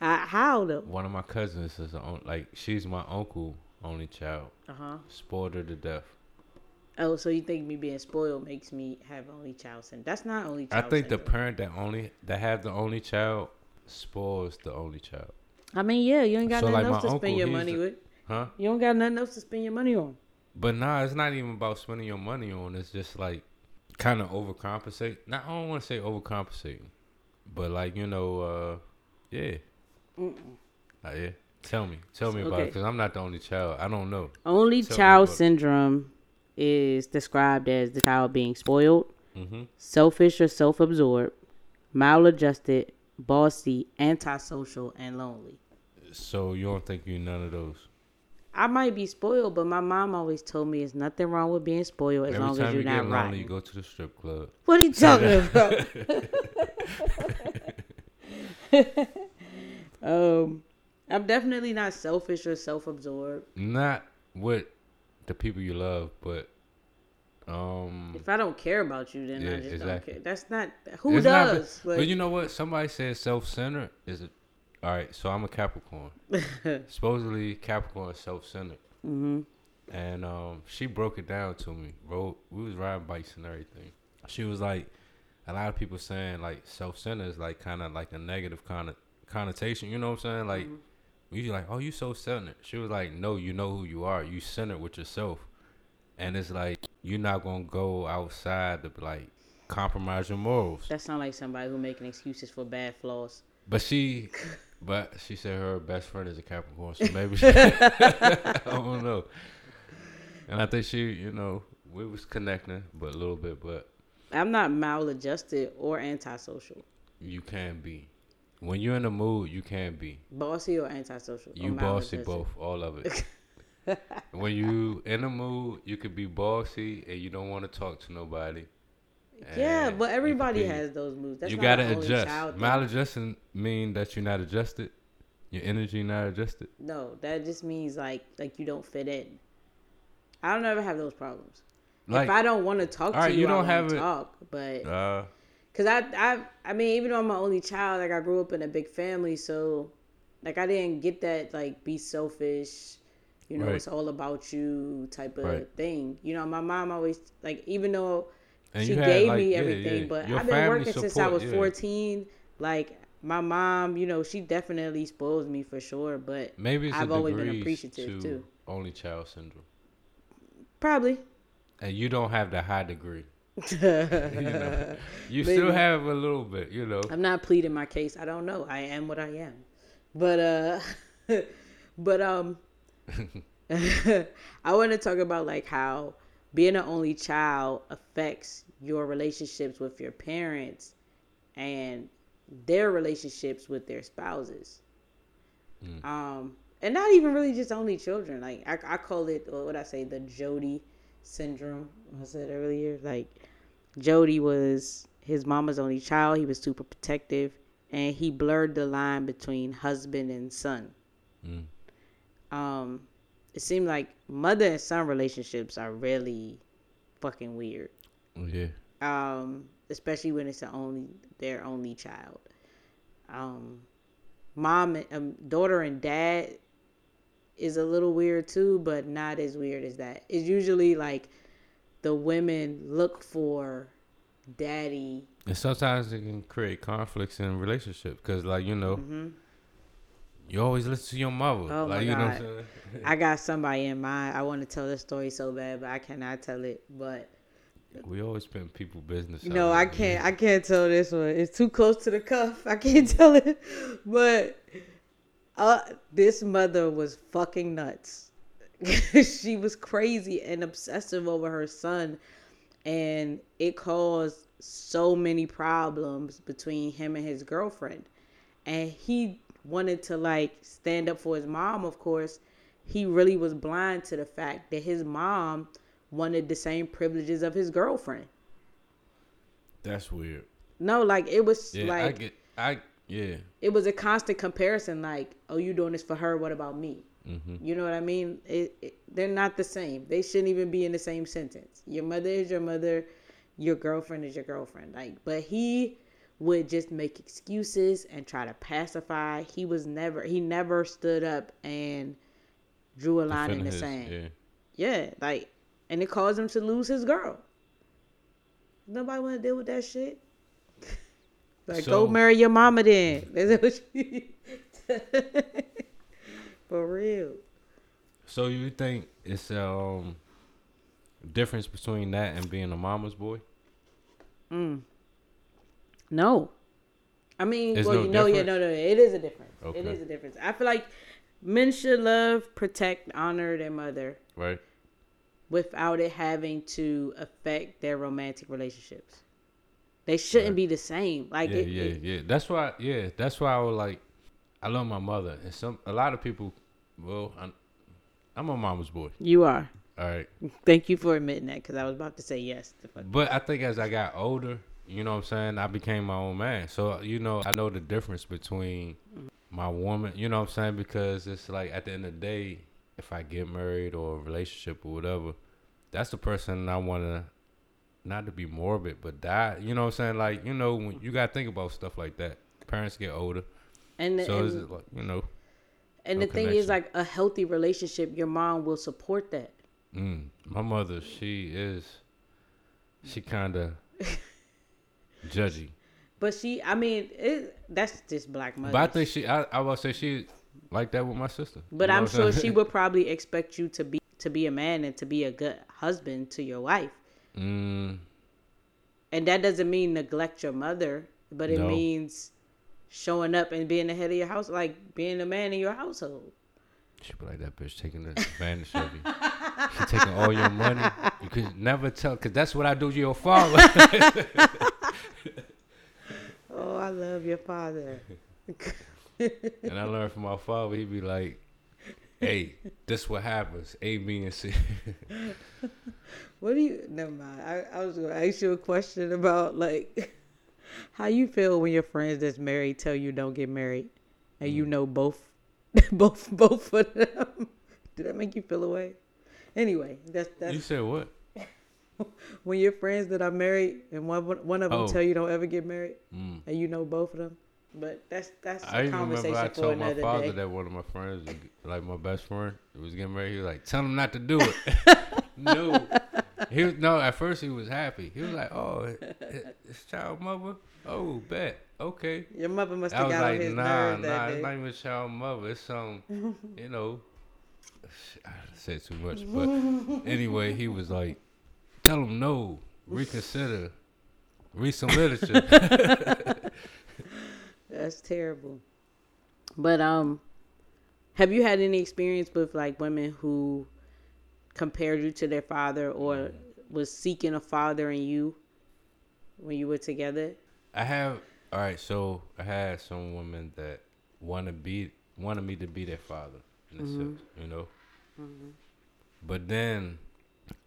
Speaker 4: I, how though?
Speaker 2: One of my cousins is a on, like she's my uncle only child.
Speaker 4: Uh huh.
Speaker 2: Spoiled her to death.
Speaker 4: Oh, so you think me being spoiled makes me have only child syndrome? That's not only
Speaker 2: I
Speaker 4: child.
Speaker 2: think the
Speaker 4: syndrome.
Speaker 2: parent that only that have the only child spoils the only child.
Speaker 4: I mean, yeah, you ain't got
Speaker 2: So, like,
Speaker 4: nothing else
Speaker 2: my
Speaker 4: to
Speaker 2: uncle,
Speaker 4: spend your
Speaker 2: he's
Speaker 4: money
Speaker 2: the-
Speaker 4: with.
Speaker 2: Huh?
Speaker 4: You don't got nothing else to spend your money on.
Speaker 2: But nah, it's not even about spending your money on. It's just like kind of overcompensate. Not I don't want to say overcompensate, but like you know, uh, yeah, Uh, yeah. Tell me, tell me about it,
Speaker 4: Okay.
Speaker 2: because I'm not the only child. I don't know.
Speaker 4: Only
Speaker 2: Tell me
Speaker 4: child
Speaker 2: about it.
Speaker 4: syndrome is described as the child being spoiled,
Speaker 2: Mhm.
Speaker 4: selfish or self absorbed, maladjusted, bossy, antisocial, and lonely.
Speaker 2: So you don't think you none of those.
Speaker 4: I might be spoiled, but my mom always told me it's nothing wrong with being spoiled as
Speaker 2: Every
Speaker 4: long
Speaker 2: time
Speaker 4: as you're
Speaker 2: you get
Speaker 4: not
Speaker 2: lonely,
Speaker 4: rotten.
Speaker 2: you go to the strip club.
Speaker 4: What are you talking about? um, I'm definitely not selfish or self absorbed.
Speaker 2: Not with the people you love, but um,
Speaker 4: If I don't care about you, then I
Speaker 2: Yeah,
Speaker 4: just
Speaker 2: exactly.
Speaker 4: don't care. That's not who
Speaker 2: it's not-
Speaker 4: does.
Speaker 2: but, but you know what? Somebody said self-centered is it. All right, so I'm a Capricorn. supposedly Capricorn is self-centered. Mm-hmm. And um, she broke it down to me. Rode, we was riding bikes and everything. She was like, a lot of people saying like self-centered is like kind of like a negative kind of connotation. You know what I'm saying? Like,
Speaker 4: Mm-hmm.
Speaker 2: we usually like, oh, you so centered. She was like, no, you know who you are. You centered with yourself. And it's like you're not gonna go outside to like compromise your morals.
Speaker 4: that sounds like somebody who making excuses for bad flaws.
Speaker 2: But she, but she said her best friend is a Capricorn, so maybe she, I don't know. And I think she, you know, we was connecting, but a little bit. But
Speaker 4: I'm not maladjusted or antisocial,
Speaker 2: you can be when you're in the mood, you can be.
Speaker 4: bossy or antisocial. or
Speaker 2: You bossy
Speaker 4: maladjusted.
Speaker 2: both, all of it. when you in the mood, you could be bossy and you don't want to talk to nobody.
Speaker 4: Yeah,
Speaker 2: And you
Speaker 4: but
Speaker 2: could
Speaker 4: everybody
Speaker 2: be-
Speaker 4: has those moves. That's
Speaker 2: you
Speaker 4: not
Speaker 2: gotta
Speaker 4: an only
Speaker 2: adjust.
Speaker 4: child thing.
Speaker 2: Maladjusting mean that you're not adjusted. Your energy not adjusted.
Speaker 4: no, that just means like like you don't fit in. I don't ever have those problems.
Speaker 2: Like
Speaker 4: if I don't want to talk to
Speaker 2: alright,
Speaker 4: you,
Speaker 2: you
Speaker 4: don't
Speaker 2: don't
Speaker 4: I have
Speaker 2: have
Speaker 4: to
Speaker 2: it-
Speaker 4: talk, but
Speaker 2: uh,
Speaker 4: Cause I, I, I mean, even though I'm my only child, like I grew up in a big family, so like I didn't get that like be selfish, you know,
Speaker 2: Right.
Speaker 4: it's all about you type of
Speaker 2: Right.
Speaker 4: thing. You know, my mom always like even though
Speaker 2: And
Speaker 4: she
Speaker 2: you had,
Speaker 4: gave
Speaker 2: like,
Speaker 4: me
Speaker 2: yeah,
Speaker 4: everything,
Speaker 2: yeah,
Speaker 4: but
Speaker 2: your
Speaker 4: I've been
Speaker 2: family
Speaker 4: working since I
Speaker 2: support,
Speaker 4: was
Speaker 2: yeah.
Speaker 4: 14. Like my mom, you know, she definitely spoils me for sure, but
Speaker 2: Maybe it's
Speaker 4: I've
Speaker 2: a
Speaker 4: always been
Speaker 2: degrees
Speaker 4: appreciative,
Speaker 2: to
Speaker 4: too.
Speaker 2: Only child syndrome,
Speaker 4: probably
Speaker 2: and you don't have the high degree. You, know, you still
Speaker 4: Maybe.
Speaker 2: have a little bit, you know.
Speaker 4: I'm not pleading my case. I don't know. I am what I am. But uh but um I want to talk about like how being an only child affects your relationships with your parents and their relationships with their spouses. Um and not even really just only children. Like I, I call it what would I say the Jody syndrome. I said earlier like Jody was his mama's only child. He was super protective, and he blurred the line between husband and son. Um, it seemed like mother and son relationships are really fucking weird,
Speaker 2: Oh, Yeah.
Speaker 4: um, especially when it's the only their only child. Um, mom, and, um, daughter, and dad is a little weird too, but not as weird as that. It's usually like the women look for daddy
Speaker 2: And sometimes it can create conflicts in relationships because, like, you know, you always listen to your mother.
Speaker 4: Mm-hmm. Oh,
Speaker 2: like,
Speaker 4: my
Speaker 2: you know what
Speaker 4: God.
Speaker 2: I'm saying?
Speaker 4: I got somebody in mind. I want to tell this story so bad, but I cannot tell it. But
Speaker 2: We always spend people business.
Speaker 4: you
Speaker 2: out
Speaker 4: know,
Speaker 2: here,
Speaker 4: I
Speaker 2: man.
Speaker 4: can't. I can't tell this one. It's too close to the cuff. I can't tell it. But uh, this mother was fucking nuts. she was crazy and obsessive over her son, and it caused so many problems between him and his girlfriend. and he wanted to like stand up for his mom of course he really was blind to the fact that his mom wanted the same privileges of his girlfriend
Speaker 2: That's weird.
Speaker 4: no like it was
Speaker 2: Yeah, I
Speaker 4: like
Speaker 2: get. I yeah.
Speaker 4: it was a constant comparison like oh you doing this for her what about me
Speaker 2: Mhm.
Speaker 4: you know what i mean it, it, they're not the same they shouldn't even be in the same sentence your mother is your mother your girlfriend is your girlfriend like but he would just make excuses and try to pacify he was never he never stood up and drew a line
Speaker 2: Defending
Speaker 4: in the
Speaker 2: his-
Speaker 4: sand
Speaker 2: Yeah.
Speaker 4: yeah, like, and it caused him to lose his girl. Nobody want to deal with that shit. like,
Speaker 2: So-
Speaker 4: go marry your mama then. Is that what you? For real.
Speaker 2: So you think it's um difference between that and being a mama's boy?
Speaker 4: No. I mean,
Speaker 2: There's
Speaker 4: well,
Speaker 2: no
Speaker 4: you know, yeah, no,
Speaker 2: difference?
Speaker 4: no, it is a difference. It
Speaker 2: Okay.
Speaker 4: is a difference. I feel like men should love, protect, honor their mother
Speaker 2: Right.
Speaker 4: without it having to affect their romantic relationships. They shouldn't be the same. Like,
Speaker 2: Yeah,
Speaker 4: it,
Speaker 2: yeah,
Speaker 4: it-
Speaker 2: yeah. That's why. Yeah, that's why I was like, I love my mother, and some a lot of people. Well, I'm, I'm a mama's boy.
Speaker 4: you are.
Speaker 2: All right.
Speaker 4: Thank you for admitting that because I was about to say yes. to fuck-
Speaker 2: But I think as I got older, you know what I'm saying, I became my own man. So, you know, I know the difference between my woman, you know what I'm saying? Because it's like at the end of the day, if I get married or a relationship or whatever, that's the person I want to not to be morbid, but die. You know what I'm saying? Like, you know, when you got to think about stuff like that. Parents get older.
Speaker 4: And,
Speaker 2: So
Speaker 4: and,
Speaker 2: it's like, you know,
Speaker 4: and
Speaker 2: no
Speaker 4: the thing is,
Speaker 2: connection.
Speaker 4: like a healthy relationship, your mom will support that.
Speaker 2: mm, my mother, she is, she kind of judgy.
Speaker 4: But she, I mean, it, that's just black mother.
Speaker 2: But I think she, I, I will say she like that with my sister.
Speaker 4: But
Speaker 2: You know
Speaker 4: I'm
Speaker 2: what saying?
Speaker 4: sure she would probably expect you to be to be a man and to be a good husband to your wife.
Speaker 2: mm,
Speaker 4: And that doesn't mean neglect your mother, but it
Speaker 2: No.
Speaker 4: means showing up and being the head of your house, like being a man in your household.
Speaker 2: she be like that bitch taking advantage of you. She taking all your money. You could never tell, cause that's what I do to your father.
Speaker 4: Oh, I love your father.
Speaker 2: and I learned from my father. He be like, "Hey, this what happens. A, B, and C."
Speaker 4: What do you? Never mind. I, I was gonna ask you a question about like how you feel when your friends that's married tell you don't get married, and
Speaker 2: Mm.
Speaker 4: you know both, both, both of them. Did that make you feel away? Anyway, that's
Speaker 2: you
Speaker 4: that's
Speaker 2: said what?
Speaker 4: when your friends that are married and one one of them
Speaker 2: Oh.
Speaker 4: tell you don't ever get married,
Speaker 2: Mm.
Speaker 4: and you know both of them. But that's that's a
Speaker 2: I even
Speaker 4: conversation
Speaker 2: remember I
Speaker 4: for
Speaker 2: told my
Speaker 4: another
Speaker 2: father
Speaker 4: day.
Speaker 2: that one of my friends, was- like my best friend, was getting married. He was like, "Tell him not to do it." no, he was, no. At first, he was happy. He was like, "Oh, it- it- it's child mother. Oh, bet. Okay."
Speaker 4: Your mother must
Speaker 2: I
Speaker 4: have
Speaker 2: was
Speaker 4: got on
Speaker 2: like,
Speaker 4: his
Speaker 2: "Nah,
Speaker 4: nerve that
Speaker 2: nah.
Speaker 4: day.
Speaker 2: It's not even child mother. It's some, you know." I said too much, but anyway, he was like, "Tell him no." reconsider, read some literature.
Speaker 4: That's terrible. But um, have you had any experience with like women who compared you to their father or was seeking a father in you when you were together?
Speaker 2: I have all right. So I had some women that want to be wanted me to be their father, in a sense, you know. But then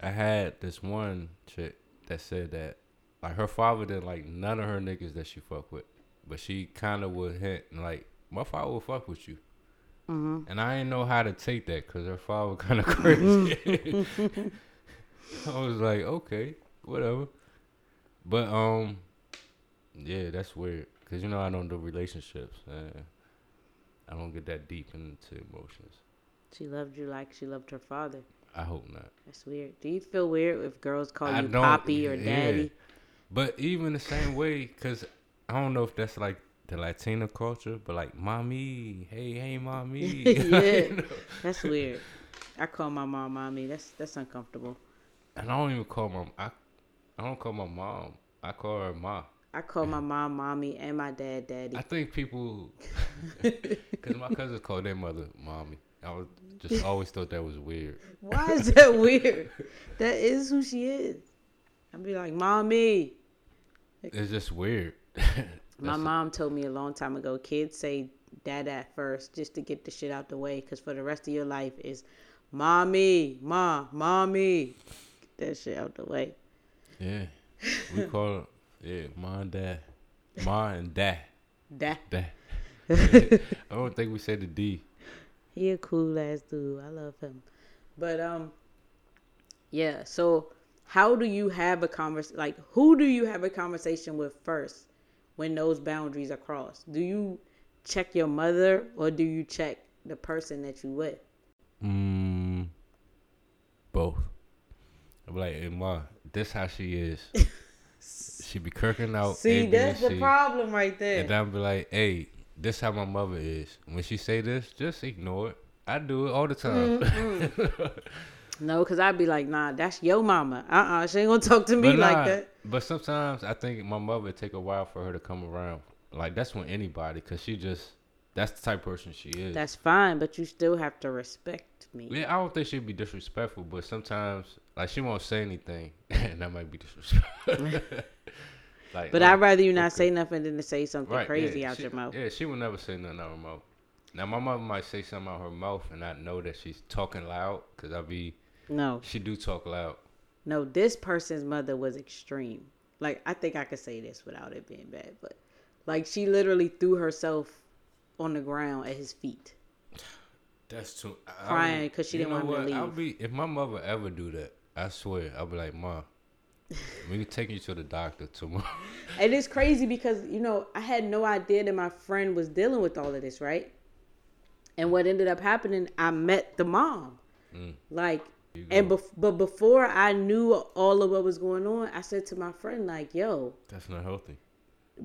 Speaker 2: I had this one chick that said that like her father didn't like none of her niggas that she fuck with, but she kind of would hint like my father will fuck with you. And I didn't know how to take that because her father kind of crazy. I was like, okay, whatever. But um, yeah, that's weird. Cause you know I don't do relationships. Uh, I don't get that deep into emotions.
Speaker 4: She loved you like she loved her father.
Speaker 2: I hope not.
Speaker 4: That's weird. Do you feel weird if girls call
Speaker 2: I
Speaker 4: you
Speaker 2: don't-
Speaker 4: poppy or
Speaker 2: yeah.
Speaker 4: daddy?
Speaker 2: But even the same way, cause I don't know if that's like the Latina culture, but like mommy, hey, hey, mommy.
Speaker 4: Yeah. That's weird. I call my mom mommy. That's that's uncomfortable.
Speaker 2: And I don't even call my I, I don't call my mom. I call her ma.
Speaker 4: I call my mom mommy and my dad daddy.
Speaker 2: I think people, cause my cousins call their mother mommy. I was just always thought that was weird.
Speaker 4: Why is that weird? That is who she is. I'd be like, mommy.
Speaker 2: It's just weird.
Speaker 4: My
Speaker 2: That's-
Speaker 4: mom told me a long time ago, kids say dad at first just to get the shit out the way, because for the rest of your life is mommy, ma, mommy. Get that shit out the way.
Speaker 2: Yeah. We call it, yeah, ma and dad. Ma and dad.
Speaker 4: Dad.
Speaker 2: Dad. I don't think we say the D.
Speaker 4: He a cool ass dude. I love him. But um yeah, so how do you have a convers like who do you have a conversation with first when those boundaries are crossed? Do you check your mother or do you check the person that you with?
Speaker 2: Mm, both. I'm like, hey, ma, this how she is. she be kirking out.
Speaker 4: See,
Speaker 2: A, B,
Speaker 4: that's
Speaker 2: and
Speaker 4: the
Speaker 2: C.
Speaker 4: problem right there.
Speaker 2: And I'm be like, hey, this how my mother is. When she say this, just ignore it. I do it all the time.
Speaker 4: Mm-hmm. no, because I'd be like, nah, that's your mama. Uh uh she ain't gonna talk to me
Speaker 2: But
Speaker 4: like
Speaker 2: nah,
Speaker 4: that.
Speaker 2: But sometimes I think my mother it take a while for her to come around. Like that's when anybody, cause she just that's the type of person she is.
Speaker 4: That's fine, but you still have to respect me.
Speaker 2: yeah, I don't think she'd be disrespectful, but sometimes like she won't say anything, and that might be disrespectful. like,
Speaker 4: But
Speaker 2: oh,
Speaker 4: I'd rather you not
Speaker 2: okay.
Speaker 4: say nothing than to say something
Speaker 2: Right,
Speaker 4: crazy
Speaker 2: yeah,
Speaker 4: out
Speaker 2: she-
Speaker 4: your mouth.
Speaker 2: Yeah, she would never say nothing out her mouth. Now my mother might say something out her mouth, and I know that she's talking loud, cause I be
Speaker 4: No.
Speaker 2: she do talk loud.
Speaker 4: No, this person's mother was extreme. Like I think I could say this without it being bad, but like she literally threw herself on the ground at his feet.
Speaker 2: That's too I- I
Speaker 4: Crying
Speaker 2: would-
Speaker 4: 'cause she
Speaker 2: you
Speaker 4: didn't
Speaker 2: know
Speaker 4: want him to
Speaker 2: what? I'll
Speaker 4: leave.
Speaker 2: be if my mother ever do that, I swear I'll be like, Mom, we can take you to the doctor tomorrow.
Speaker 4: And it's crazy because, you know, I had no idea that my friend was dealing with all of this, right? And what ended up happening, I met the mom. Like, and bef- but before I knew all of what was going on, I said to my friend, like, yo,
Speaker 2: That's not healthy.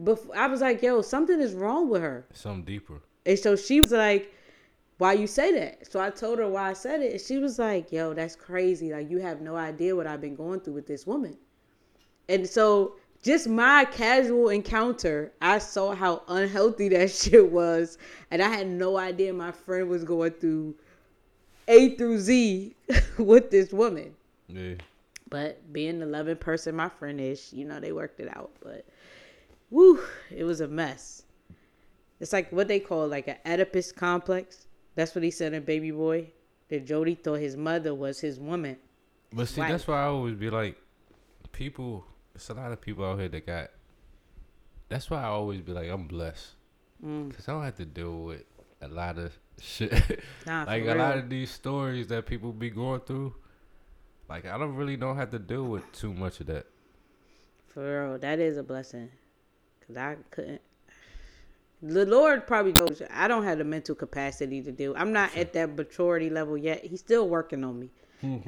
Speaker 4: bef- I was like, yo, something is wrong with her.
Speaker 2: Something deeper.
Speaker 4: And so she was like, Why you say that? So I told her why I said it. And she was like, Yo, that's crazy. Like, you have no idea what I've been going through with this woman. And so just my casual encounter, I saw how unhealthy that shit was. And I had no idea my friend was going through A through Z with this woman.
Speaker 2: Yeah.
Speaker 4: But being the loving person my friend is, you know, they worked it out. But whew, it was a mess. It's like what they call like an Oedipus complex. That's what he said in Baby Boy. That Jody thought his mother was his woman.
Speaker 2: But see,
Speaker 4: Right.
Speaker 2: that's why I always be like, people. It's a lot of people out here that got. That's why I always be like, I'm blessed,
Speaker 4: Mm.
Speaker 2: cause I don't have to deal with a lot of shit.
Speaker 4: Nah, for
Speaker 2: like a lot
Speaker 4: real.
Speaker 2: of these stories that people be going through. Like I don't really don't have to deal with too much of that.
Speaker 4: For real, that is a blessing. Cause I couldn't. The Lord probably knows I don't have the mental capacity to do. I'm not at that maturity level yet. He's still working on me.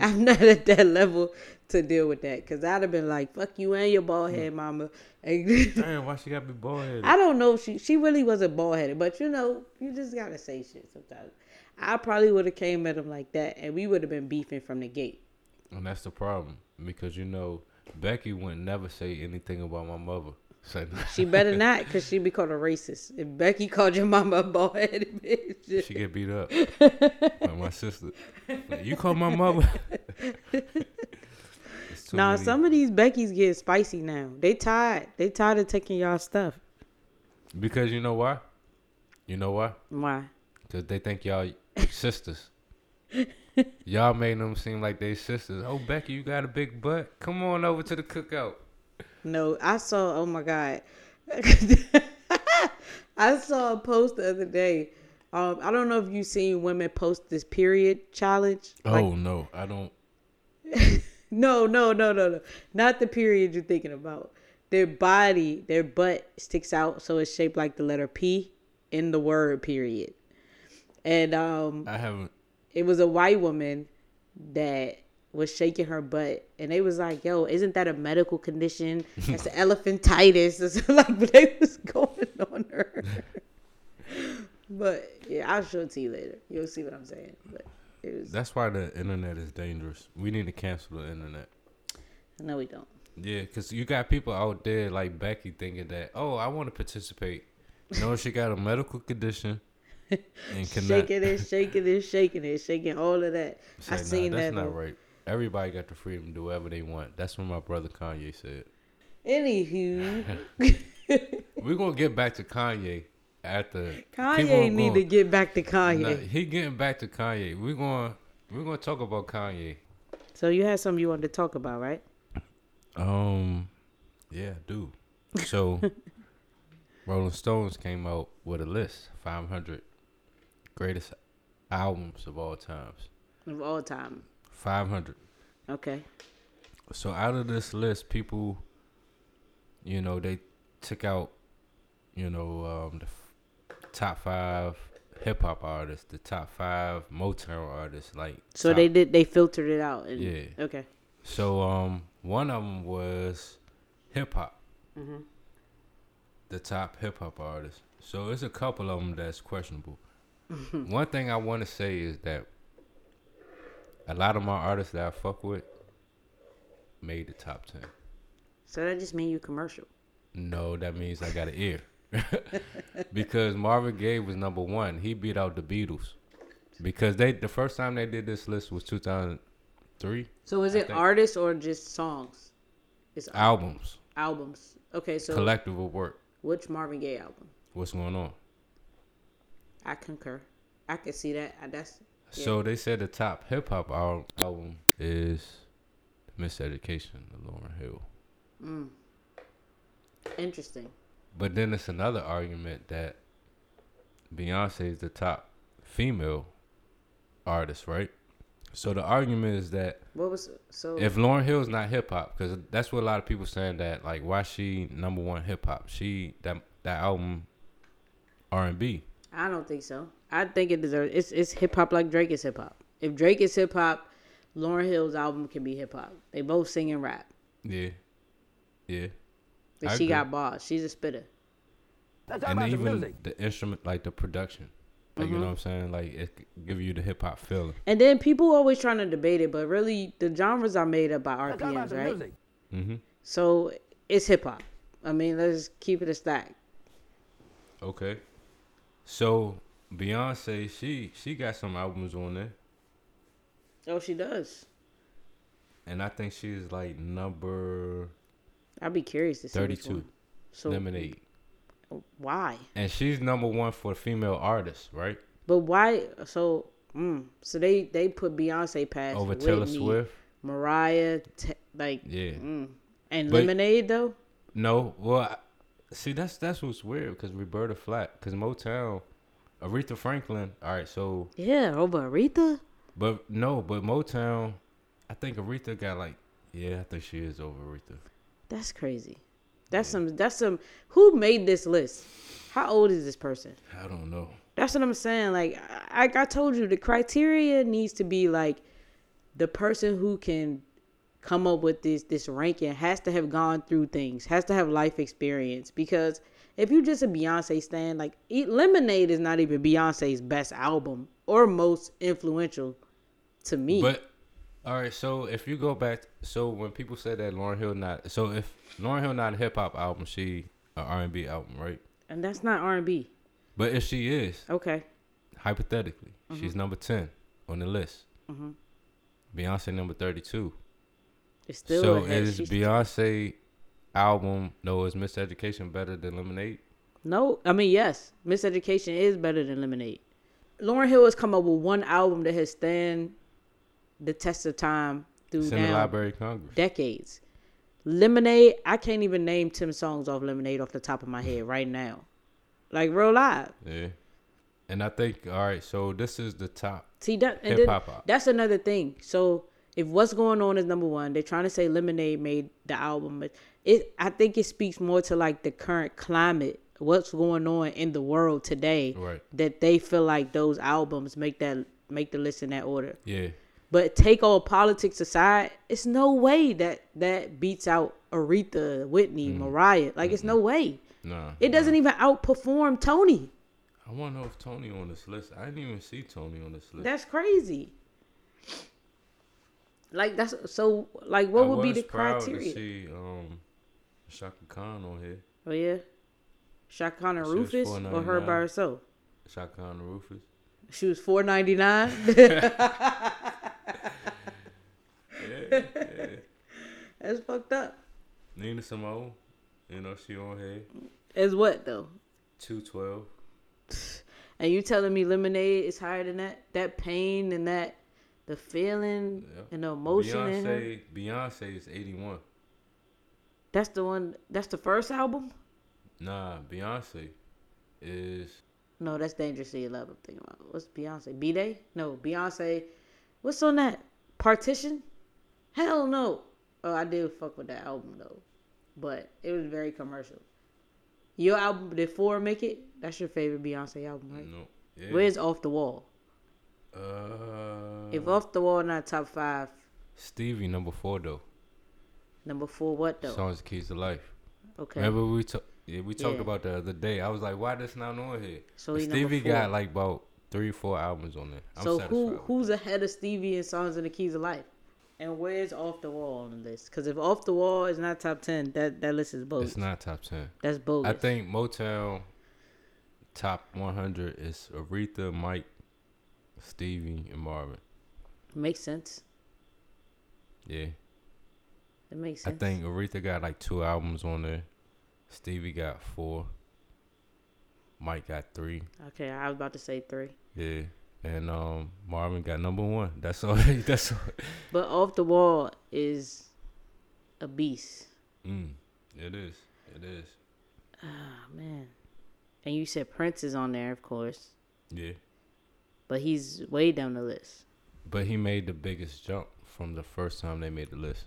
Speaker 4: I'm not at that level to deal with that. Cause I'd have been like, "Fuck you and your bald head, mama." And-
Speaker 2: Damn, why she got me bald headed?
Speaker 4: I don't know if she she really wasn't bald headed, but you know, you just gotta say shit sometimes. I probably would have came at him like that, and we would have been beefing from the gate.
Speaker 2: And that's the problem because you know Becky would never say anything about my mother. So
Speaker 4: She better not, because she'd be called a racist. If Becky called your mama a bald headed bitch,
Speaker 2: she get beat up. like my sister. Like, you call my mother. It's too
Speaker 4: nah,
Speaker 2: many-
Speaker 4: some of these Becky's getting spicy now. They tired. They tired of taking y'all stuff.
Speaker 2: Because you know why? You know why?
Speaker 4: Why?
Speaker 2: Because they think y'all sisters. y'all made them seem like they sisters. Oh, Becky, you got a big butt. Come on over to the cookout.
Speaker 4: No, I saw. Oh my god, I saw a post the other day. Um, I don't know if you've seen women post this period challenge. Like-
Speaker 2: oh no, I don't.
Speaker 4: no, no, no, no, no, not the period you're thinking about. Their body, their butt sticks out, so it's shaped like the letter P in the word period. And um,
Speaker 2: I haven't.
Speaker 4: it was a white woman that was shaking her butt and they was like yo isn't that a medical condition that's elephantitis or something like what they was going on her but yeah i'll show it to you later you'll see what i'm saying but it was
Speaker 2: That's why the internet is dangerous. We need to cancel the internet.
Speaker 4: no we don't
Speaker 2: Yeah, because you got people out there like Becky thinking that, oh, I want to participate. No, she got a medical condition and cannot.
Speaker 4: shaking it shaking it shaking it shaking all of that
Speaker 2: It's
Speaker 4: i
Speaker 2: like, nah,
Speaker 4: seen
Speaker 2: that's
Speaker 4: that
Speaker 2: not
Speaker 4: on-
Speaker 2: right. Everybody got the freedom to do whatever they want. That's what my brother Kanye said.
Speaker 4: anywho
Speaker 2: We're gonna get back to Kanye after keep
Speaker 4: kanye
Speaker 2: on
Speaker 4: need to
Speaker 2: going.
Speaker 4: get back to
Speaker 2: Nah,
Speaker 4: kanye
Speaker 2: he getting back to Kanye. We're going we're gonna talk about Kanye.
Speaker 4: so you had something you wanted to talk about right
Speaker 2: Um, yeah, dude. So, Rolling Stones came out with a list 500 greatest albums of all times.
Speaker 4: of all time
Speaker 2: 500.
Speaker 4: okay
Speaker 2: So, out of this list, people, you know, they took out, you know, um, the f- top five hip hop artists, the top five Motown artists, like.
Speaker 4: so
Speaker 2: top-
Speaker 4: they did they filtered it out and,
Speaker 2: Yeah.
Speaker 4: okay
Speaker 2: So um, one of them was hip hop, the top hip hop artist. So it's a couple of them that's questionable. One thing I want to say is that a lot of my artists that I fuck with made the top ten.
Speaker 4: So that just mean you commercial.
Speaker 2: No, that means I got an ear. because Marvin Gaye was number one. He beat out the Beatles. Because they the first time they did this list was two thousand three
Speaker 4: So is it
Speaker 2: think-
Speaker 4: artists or just songs? It's al-
Speaker 2: albums.
Speaker 4: albums. Okay, so
Speaker 2: Collective of work.
Speaker 4: which Marvin Gaye album?
Speaker 2: What's going on?
Speaker 4: I concur. I can see that. I, that's
Speaker 2: So they said the top hip hop al- album is Miseducation of Lauren Hill.
Speaker 4: interesting.
Speaker 2: But then it's another argument that Beyonce is the top female artist, right? So the argument is that
Speaker 4: What was so?
Speaker 2: if Lauren Hill's not hip hop, because that's what a lot of people saying that like why she number one hip hop? She that that album R and B.
Speaker 4: I don't think so. I think it deserves. It's it's hip hop like Drake is hip hop. If Drake is hip hop, Lauren Hill's album can be hip hop. They both sing and rap,
Speaker 2: Yeah, yeah. I
Speaker 4: but she
Speaker 2: agree.
Speaker 4: got bars. She's a spitter.
Speaker 2: and even the instrument, like the production, like you know what I'm saying, like it c- give you the hip hop feeling.
Speaker 4: And then people always trying to debate it, but really the genres are made up by RPMs, right?
Speaker 2: Mhm.
Speaker 4: So it's hip hop. I mean, let's keep it a stack.
Speaker 2: Okay. So Beyonce, she she got some albums on there,
Speaker 4: Oh, she does.
Speaker 2: and I think she is like number
Speaker 4: I'd be curious to see. which
Speaker 2: 32,
Speaker 4: one. So
Speaker 2: Lemonade,
Speaker 4: Why?
Speaker 2: and she's number one for female artists, right?
Speaker 4: But why? So, mm, so they they put Beyonce past
Speaker 2: Over
Speaker 4: Whitney,
Speaker 2: Taylor Swift.
Speaker 4: Mariah, T- like mm.
Speaker 2: Yeah.
Speaker 4: and
Speaker 2: But-
Speaker 4: Lemonade though.
Speaker 2: No, well, I, see that's that's what's weird because Roberta Flack, because Motown, Aretha Franklin. All right, so
Speaker 4: Yeah, over Aretha.
Speaker 2: But no, but Motown, I think Aretha got like, yeah, I think she is over Aretha.
Speaker 4: That's crazy. That's some. That's some. Who made this list? How old is this person?
Speaker 2: I don't know.
Speaker 4: That's what I'm saying. Like, I- like I told you, the criteria needs to be like the person who can come up with this this ranking has to have gone through things, has to have life experience. Because if you're just a Beyonce stan, like E- Lemonade is not even Beyonce's best album or most influential to me.
Speaker 2: But All right, so if you go back, so when people said that Lauren Hill not, so if Lauren Hill not a hip hop album, she an R and B album, right?
Speaker 4: And that's not R and B.
Speaker 2: But if she is,
Speaker 4: Okay.
Speaker 2: hypothetically,
Speaker 4: Mm-hmm.
Speaker 2: she's number ten on the list. Beyonce number thirty-two.
Speaker 4: It's still
Speaker 2: so
Speaker 4: ahead.
Speaker 2: is
Speaker 4: She's-
Speaker 2: Beyonce album? No, is Miseducation better than Lemonade?
Speaker 4: No, I mean yes, Miseducation is better than Lemonade. Lauren Hill has come up with one album that has stand the test of time through
Speaker 2: It's in the
Speaker 4: now
Speaker 2: Library of Congress.
Speaker 4: decades. Lemonade, I can't even name ten songs off Lemonade off the top of my head right now. Like real live.
Speaker 2: yeah. And I think all right, so this is the top.
Speaker 4: See that and
Speaker 2: Hip
Speaker 4: then,
Speaker 2: hop out.
Speaker 4: that's another thing. So if what's going on is number one, they're trying to say Lemonade made the album, but it I think it speaks more to like the current climate, what's going on in the world today,
Speaker 2: Right.
Speaker 4: that they feel like those albums make that make the list in that order.
Speaker 2: Yeah.
Speaker 4: But take all politics aside, it's no way that that beats out Aretha, Whitney, Mariah. Like it's no way.
Speaker 2: Nah.
Speaker 4: It doesn't even outperform Tony.
Speaker 2: I want to know if Tony on this list. I didn't even see Tony on this list.
Speaker 4: That's crazy. Like that's so. Like, what
Speaker 2: I
Speaker 4: would be
Speaker 2: was
Speaker 4: the
Speaker 2: proud
Speaker 4: criteria?
Speaker 2: To see um, Shaka Khan on here.
Speaker 4: Oh yeah, Shaka Khan and
Speaker 2: She was
Speaker 4: Rufus, or her
Speaker 2: $4.99.
Speaker 4: by herself.
Speaker 2: Shaka Khan and Rufus.
Speaker 4: She was four ninety nine. That's fucked up.
Speaker 2: Nina Simone. You know she on here.
Speaker 4: As what though?
Speaker 2: Two twelve.
Speaker 4: And you telling me lemonade is higher than that? That pain and that the feeling
Speaker 2: Yeah.
Speaker 4: and the emotion. in her?
Speaker 2: Beyonce. Beyonce is eighty one.
Speaker 4: That's the one. That's the first album.
Speaker 2: Nah, Beyonce is
Speaker 4: No, that's dangerously in love. I'm thinking about what's Beyonce? B Day? No, Beyonce. What's on that? Partition? Hell no. Oh, I did fuck with that album though, but it was very commercial. Your album did four make it? That's your favorite Beyonce album, right?
Speaker 2: no. Yeah.
Speaker 4: Where's Off the Wall?
Speaker 2: uh
Speaker 4: If Off the Wall not top five,
Speaker 2: Stevie number four though?
Speaker 4: number four what though?
Speaker 2: Songs Keys to Life.
Speaker 4: okay.
Speaker 2: Remember we talked. Yeah, we talked
Speaker 4: Yeah.
Speaker 2: about the other day. I was like, "Why this not on here?"
Speaker 4: So
Speaker 2: But
Speaker 4: he number
Speaker 2: Stevie
Speaker 4: four.
Speaker 2: got like about three, four albums on there. I'm
Speaker 4: so
Speaker 2: satisfied
Speaker 4: who
Speaker 2: with
Speaker 4: who's ahead of Stevie and Songs and the Keys of Life? And where's Off the Wall on the list? Because if Off the Wall is not top ten, that that list is bogus.
Speaker 2: It's not top ten.
Speaker 4: That's bogus.
Speaker 2: I think Motown top 100 is Aretha, Mike, Stevie, and Marvin.
Speaker 4: Makes sense.
Speaker 2: Yeah,
Speaker 4: It makes
Speaker 2: I
Speaker 4: sense.
Speaker 2: think Aretha got like two albums on there. Stevie got four. Mike got three.
Speaker 4: Okay, I was about to say three,
Speaker 2: Yeah, and um, Marvin got number one. That's all. That's all.
Speaker 4: but off the wall is a beast.
Speaker 2: Mm, it is. It is.
Speaker 4: Oh, man, and you said Prince is on there, of course,
Speaker 2: Yeah,
Speaker 4: but he's way down the list.
Speaker 2: but he made the biggest jump from the first time they made the list.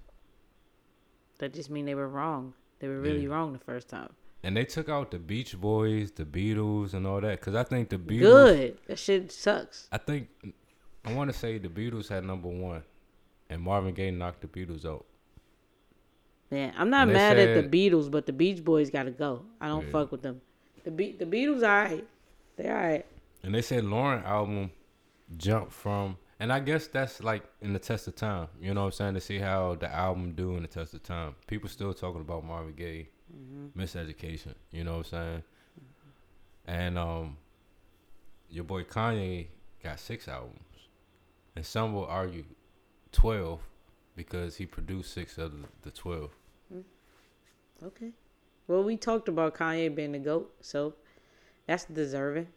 Speaker 4: That just mean they were wrong. They were really
Speaker 2: Yeah.
Speaker 4: wrong the first time.
Speaker 2: And they took out the Beach Boys, the Beatles, and all that. Cause I think the Beatles.
Speaker 4: Good. That shit sucks.
Speaker 2: I think I want to say the Beatles had number one, and Marvin Gaye knocked the Beatles out.
Speaker 4: Man, I'm not
Speaker 2: And they
Speaker 4: mad at
Speaker 2: said-
Speaker 4: the Beatles, but the Beach Boys gotta go. I don't
Speaker 2: Yeah.
Speaker 4: fuck with them. The Be- the Beatles, alright. They alright.
Speaker 2: And they said Lauren album jumped from, and I guess that's like in the test of time. You know what I'm saying? To see how the album do in the test of time. People still talking about Marvin Gaye, Miseducation. You know what I'm saying? And um, your boy Kanye got six albums, and some will argue twelve because he produced six of the- the twelve.
Speaker 4: Okay. Well, we talked about Kanye being the goat, so that's deserving.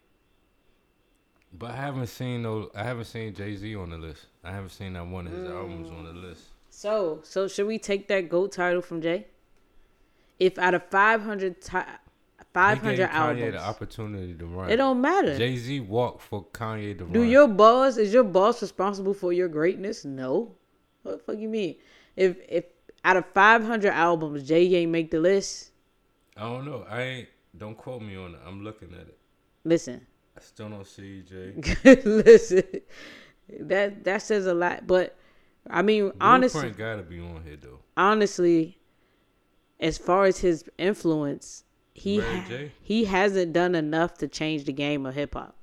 Speaker 2: But I haven't seen no. I haven't seen Jay Z on the list. I haven't seen that one of his albums on the list.
Speaker 4: So, so should we take that goat title from Jay? If out of 500 ti-
Speaker 2: He gave
Speaker 4: 500
Speaker 2: Kanye
Speaker 4: albums,
Speaker 2: the opportunity to run.
Speaker 4: it don't matter.
Speaker 2: Jay Z walked for Kanye to
Speaker 4: Do
Speaker 2: run.
Speaker 4: your boss is your boss responsible for your greatness? No. What the fuck you mean? If if out of 500 albums Jay ain't make the list,
Speaker 2: I don't know. I ain't. Don't quote me on it. I'm looking at it.
Speaker 4: listen.
Speaker 2: I still don't see Jay.
Speaker 4: listen. That that says a lot, but I mean honestly
Speaker 2: Blueprint gotta be on here though.
Speaker 4: honestly, as far as his influence, he
Speaker 2: Mary
Speaker 4: ha-
Speaker 2: J?
Speaker 4: he hasn't done enough to change the game of hip hop.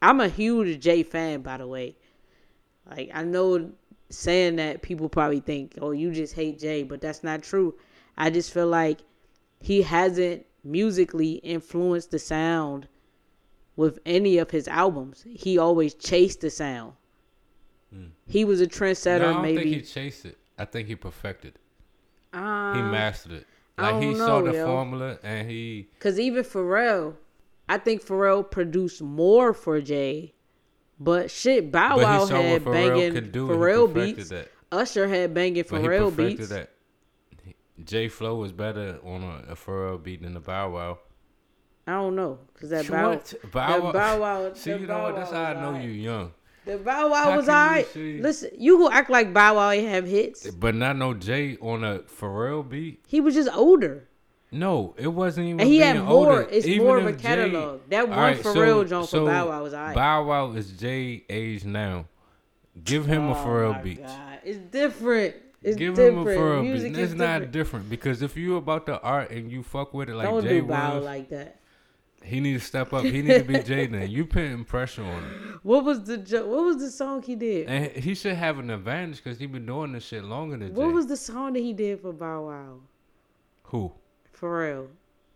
Speaker 4: I'm a huge Jay fan, by the way. Like I know saying that, people probably think, "Oh, you just hate Jay," but that's not true. I just feel like he hasn't musically influenced the sound with any of his albums. He always chased the sound. He was a trendsetter,
Speaker 2: No, Hmm. I don't
Speaker 4: maybe.
Speaker 2: think he chased it. I think he perfected it. He mastered it.
Speaker 4: Uh, I
Speaker 2: Like he
Speaker 4: don't
Speaker 2: saw
Speaker 4: know,
Speaker 2: the
Speaker 4: yo.
Speaker 2: formula and he
Speaker 4: Cause even Pharrell, I think Pharrell produced more for Jay, but shit, Bow
Speaker 2: But he
Speaker 4: Wow
Speaker 2: saw what
Speaker 4: had
Speaker 2: Pharrell
Speaker 4: banging
Speaker 2: could do and he
Speaker 4: Pharrell
Speaker 2: perfected
Speaker 4: beats.
Speaker 2: that.
Speaker 4: Usher had banging
Speaker 2: but he perfected
Speaker 4: Pharrell beats.
Speaker 2: that. J Flow is better on a, a Pharrell beat than a Bow Wow.
Speaker 4: I don't know, cause that Bow,
Speaker 2: What?
Speaker 4: Bow,
Speaker 2: Wow.
Speaker 4: Bow Wow.
Speaker 2: See,
Speaker 4: the
Speaker 2: you know
Speaker 4: Bow
Speaker 2: what? That's
Speaker 4: Wow
Speaker 2: how I
Speaker 4: was
Speaker 2: know
Speaker 4: alright.
Speaker 2: you young.
Speaker 4: The Bow Wow
Speaker 2: How
Speaker 4: was
Speaker 2: can you
Speaker 4: alright.
Speaker 2: see-
Speaker 4: Listen, you who act like Bow Wow ain't have hits?
Speaker 2: But not no Jay on a Pharrell beat.
Speaker 4: He was just older.
Speaker 2: No, it wasn't even.
Speaker 4: And he had
Speaker 2: being
Speaker 4: more.
Speaker 2: older.
Speaker 4: It's
Speaker 2: Even
Speaker 4: more of a
Speaker 2: if Jay-
Speaker 4: catalog. That one
Speaker 2: Alright,
Speaker 4: Pharrell joint for Bow Wow was alright.
Speaker 2: Bow Wow is Jay age now. Give him a
Speaker 4: Oh
Speaker 2: Pharrell
Speaker 4: my
Speaker 2: beat.
Speaker 4: God. It's different. It's
Speaker 2: Give him
Speaker 4: different.
Speaker 2: a Pharrell
Speaker 4: Music
Speaker 2: beat.
Speaker 4: is
Speaker 2: It's
Speaker 4: different.
Speaker 2: not different because if you about the art and you fuck with it like
Speaker 4: Don't
Speaker 2: Jay
Speaker 4: do Bow
Speaker 2: was,
Speaker 4: like that.
Speaker 2: he need to step up. He need to be Jay then. You putting pressure on him,
Speaker 4: What was the jo- What was the song he did?
Speaker 2: and he should have an advantage because he been doing this shit longer than
Speaker 4: What
Speaker 2: Jay.
Speaker 4: was the song that he did for Bow Wow?
Speaker 2: Who?
Speaker 4: For real.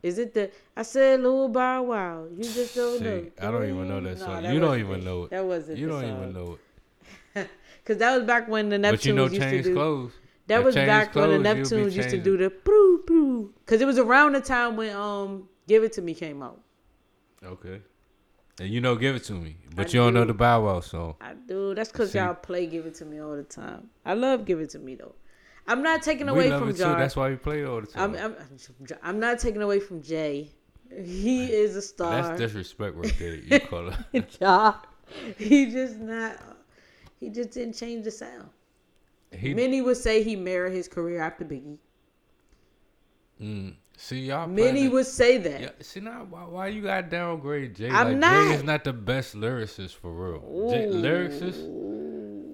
Speaker 4: Is it the I said little Bow Wow? You just don't know.
Speaker 2: Shit, I don't even know that
Speaker 4: No,
Speaker 2: song.
Speaker 4: that
Speaker 2: you don't
Speaker 4: wasn't
Speaker 2: even
Speaker 4: it.
Speaker 2: know it.
Speaker 4: That wasn't
Speaker 2: You
Speaker 4: the
Speaker 2: don't
Speaker 4: song.
Speaker 2: even know it.
Speaker 4: Cause that was back when the Neptunes
Speaker 2: But you know,
Speaker 4: used to
Speaker 2: change
Speaker 4: do.
Speaker 2: clothes.
Speaker 4: That
Speaker 2: If
Speaker 4: was
Speaker 2: Change
Speaker 4: back when the
Speaker 2: Clothes, you'll be
Speaker 4: Neptunes used to
Speaker 2: changing.
Speaker 4: do the proo proo. Cause it was around the time when um Give It to Me came out.
Speaker 2: Okay. And you know, give it to me, but
Speaker 4: I
Speaker 2: you don't know
Speaker 4: do.
Speaker 2: the Bow Wow song.
Speaker 4: I do. That's because
Speaker 2: See.
Speaker 4: y'all play Give It to Me all the time. I love Give It to Me though. I'm not taking
Speaker 2: we
Speaker 4: away
Speaker 2: love
Speaker 4: from
Speaker 2: it too.
Speaker 4: Jar.
Speaker 2: That's why we play it all the time.
Speaker 4: I'm, I'm I'm not taking away from Jay. He is a star.
Speaker 2: That's disrespect right there. You call it.
Speaker 4: Ja. He just not. He just didn't change the sound.
Speaker 2: He,
Speaker 4: Many would say he married his career after Biggie.
Speaker 2: mm, see y'all.
Speaker 4: Many
Speaker 2: playing it-
Speaker 4: would say that.
Speaker 2: Yeah, see now, why, why you got to downgrade Jay?
Speaker 4: I'm
Speaker 2: like,
Speaker 4: not.
Speaker 2: Jay is not the best lyricist for real. Jay, lyricist.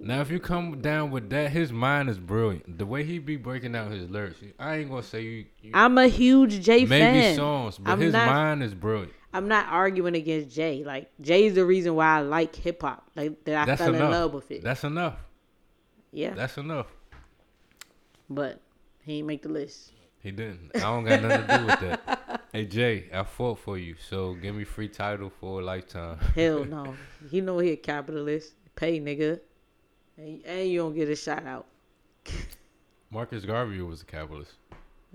Speaker 2: Now, if you come down with that, his mind is brilliant. The way he be breaking out his lyrics, I ain't gonna say you. you
Speaker 4: I'm a huge Jay fan.
Speaker 2: maybe songs, but
Speaker 4: I'm
Speaker 2: his
Speaker 4: not-
Speaker 2: mind is brilliant.
Speaker 4: I'm not arguing against Jay. Like Jay is the reason why I like hip hop. Like that I
Speaker 2: That's
Speaker 4: fell
Speaker 2: enough.
Speaker 4: in love with it.
Speaker 2: That's enough.
Speaker 4: yeah,
Speaker 2: That's enough.
Speaker 4: but he ain't make the list.
Speaker 2: He didn't. I don't got nothing to do with that. Hey Jay, I fought for you, so give me free title for a lifetime.
Speaker 4: Hell no. he know he a capitalist. Pay nigga, and, and you don't get a shout out.
Speaker 2: Marcus Garvey was a capitalist.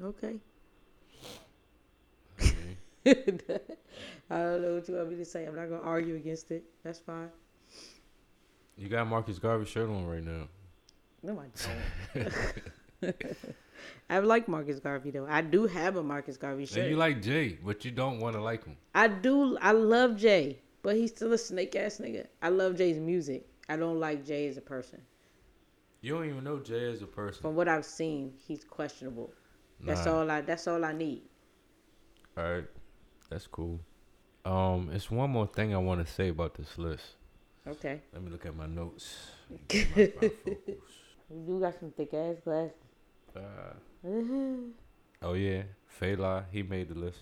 Speaker 4: Okay. I don't know what you want me to say. I'm not gonna argue against it. That's fine.
Speaker 2: You got Marcus Garvey shirt on right now.
Speaker 4: No, I don't. I like Marcus Garvey though. I do have a Marcus Garvey
Speaker 2: And
Speaker 4: shirt.
Speaker 2: you like Jay, but you don't want to like him.
Speaker 4: I do. I love Jay, but he's still a snake ass nigga. I love Jay's music. I don't like Jay as a person.
Speaker 2: You don't even know Jay as a person.
Speaker 4: From what I've seen, he's questionable. That's
Speaker 2: Nah.
Speaker 4: all I. That's all I need.
Speaker 2: All right, that's cool. Um, it's one more thing I want to say about this list.
Speaker 4: Okay.
Speaker 2: Let me look at my notes. Get my bifocals.
Speaker 4: You got some thick ass glasses.
Speaker 2: Uh, oh yeah, Fela, he made the list.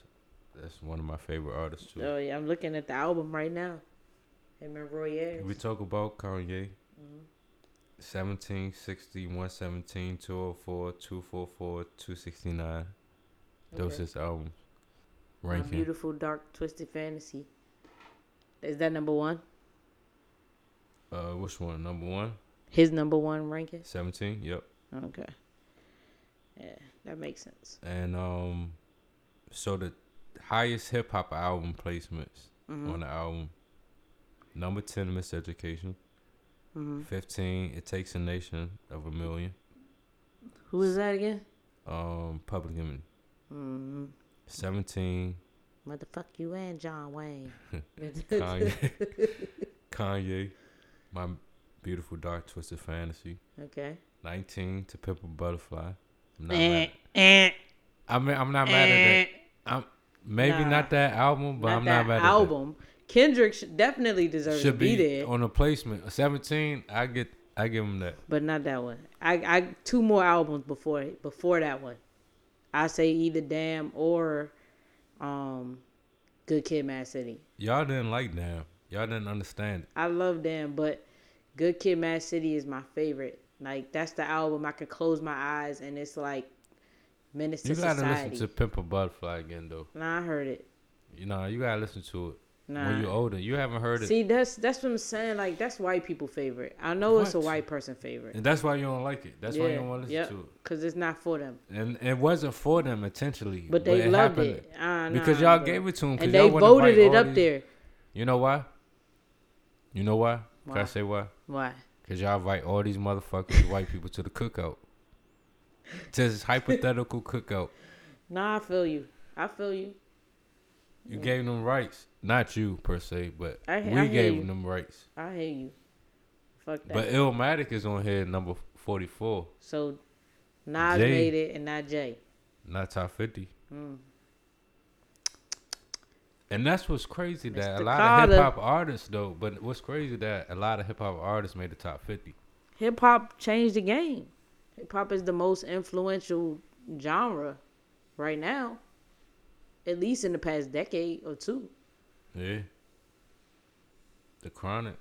Speaker 2: That's one of my favorite artists too.
Speaker 4: Oh yeah, I'm looking at the album right now. Him and Roy
Speaker 2: We talk about Kanye. 1760, 117, 204, 244, 269. Those
Speaker 4: Okay.
Speaker 2: is albums.
Speaker 4: My
Speaker 2: Ranking.
Speaker 4: beautiful dark twisted fantasy. Is that number one?
Speaker 2: Uh, which one? Number one?
Speaker 4: His number one ranking.
Speaker 2: 17? Yep.
Speaker 4: Okay. Yeah, that makes sense.
Speaker 2: And um, so the highest hip hop album placements on the album. Number 10, Miseducation. 15, It Takes a Nation of a Million.
Speaker 4: Who is that again?
Speaker 2: Um, Public Enemy. 17,
Speaker 4: Motherfuck you and John Wayne.
Speaker 2: Kanye. Kanye. My Beautiful Dark Twisted Fantasy.
Speaker 4: okay.
Speaker 2: 19 to Pimp a Butterfly. I'm not
Speaker 4: Eh,
Speaker 2: mad.
Speaker 4: eh,
Speaker 2: I mean, I'm not mad
Speaker 4: eh.
Speaker 2: at that. I'm maybe
Speaker 4: Nah.
Speaker 2: not that album, but
Speaker 4: Not
Speaker 2: I'm
Speaker 4: that
Speaker 2: not mad
Speaker 4: album. Kendrick should definitely
Speaker 2: at that.
Speaker 4: deserves to
Speaker 2: Should
Speaker 4: be,
Speaker 2: be
Speaker 4: there,
Speaker 2: on a placement. 17, I get I give him that.
Speaker 4: but not that one. I, I two more albums before before that one. I say either Damn or, um, Good Kid, Mad City.
Speaker 2: Y'all didn't like Damn. Y'all didn't understand.
Speaker 4: I love Damn, but Good Kid, Mad City is my favorite. Like that's the album I can close my eyes and it's like menace
Speaker 2: You
Speaker 4: to
Speaker 2: gotta
Speaker 4: society.
Speaker 2: listen to Pimp a Butterfly again, though.
Speaker 4: Nah, I heard it.
Speaker 2: You know, you gotta listen to it
Speaker 4: Nah.
Speaker 2: when you're older. You haven't heard it,
Speaker 4: See, that's that's what I'm saying. Like that's white people favorite. I know it's a
Speaker 2: What?
Speaker 4: white person favorite.
Speaker 2: and that's why you don't like it. That's why you don't want to listen
Speaker 4: yep,
Speaker 2: to it.
Speaker 4: Cause it's not for them.
Speaker 2: And it wasn't for them intentionally,
Speaker 4: But they loved
Speaker 2: happened
Speaker 4: it. Ah,
Speaker 2: because
Speaker 4: nah,
Speaker 2: y'all
Speaker 4: bro.
Speaker 2: gave it to them.
Speaker 4: And they voted it up there.
Speaker 2: You know why? You know why? Can
Speaker 4: Why?
Speaker 2: I say why?
Speaker 4: Why?
Speaker 2: Cause y'all invite all these motherfuckers white people to the cookout. To this hypothetical cookout.
Speaker 4: Nah, I feel you. I feel you.
Speaker 2: You gave them rights. Not you per se, but
Speaker 4: I- I
Speaker 2: we
Speaker 4: hear
Speaker 2: gave
Speaker 4: you.
Speaker 2: them rights.
Speaker 4: I hear you. Fuck that.
Speaker 2: But Illmatic is on here number forty four,
Speaker 4: so Nas
Speaker 2: Jay.
Speaker 4: made it and not Jay.
Speaker 2: not top fifty. And that's what's crazy that a
Speaker 4: Mr.
Speaker 2: lot
Speaker 4: Carter.
Speaker 2: of hip hop artists though, but what's crazy that a lot of hip hop artists made the top fifty.
Speaker 4: Hip hop changed the game. Hip hop is the most influential genre right now. At least in the past decade or two.
Speaker 2: Yeah. The chronic.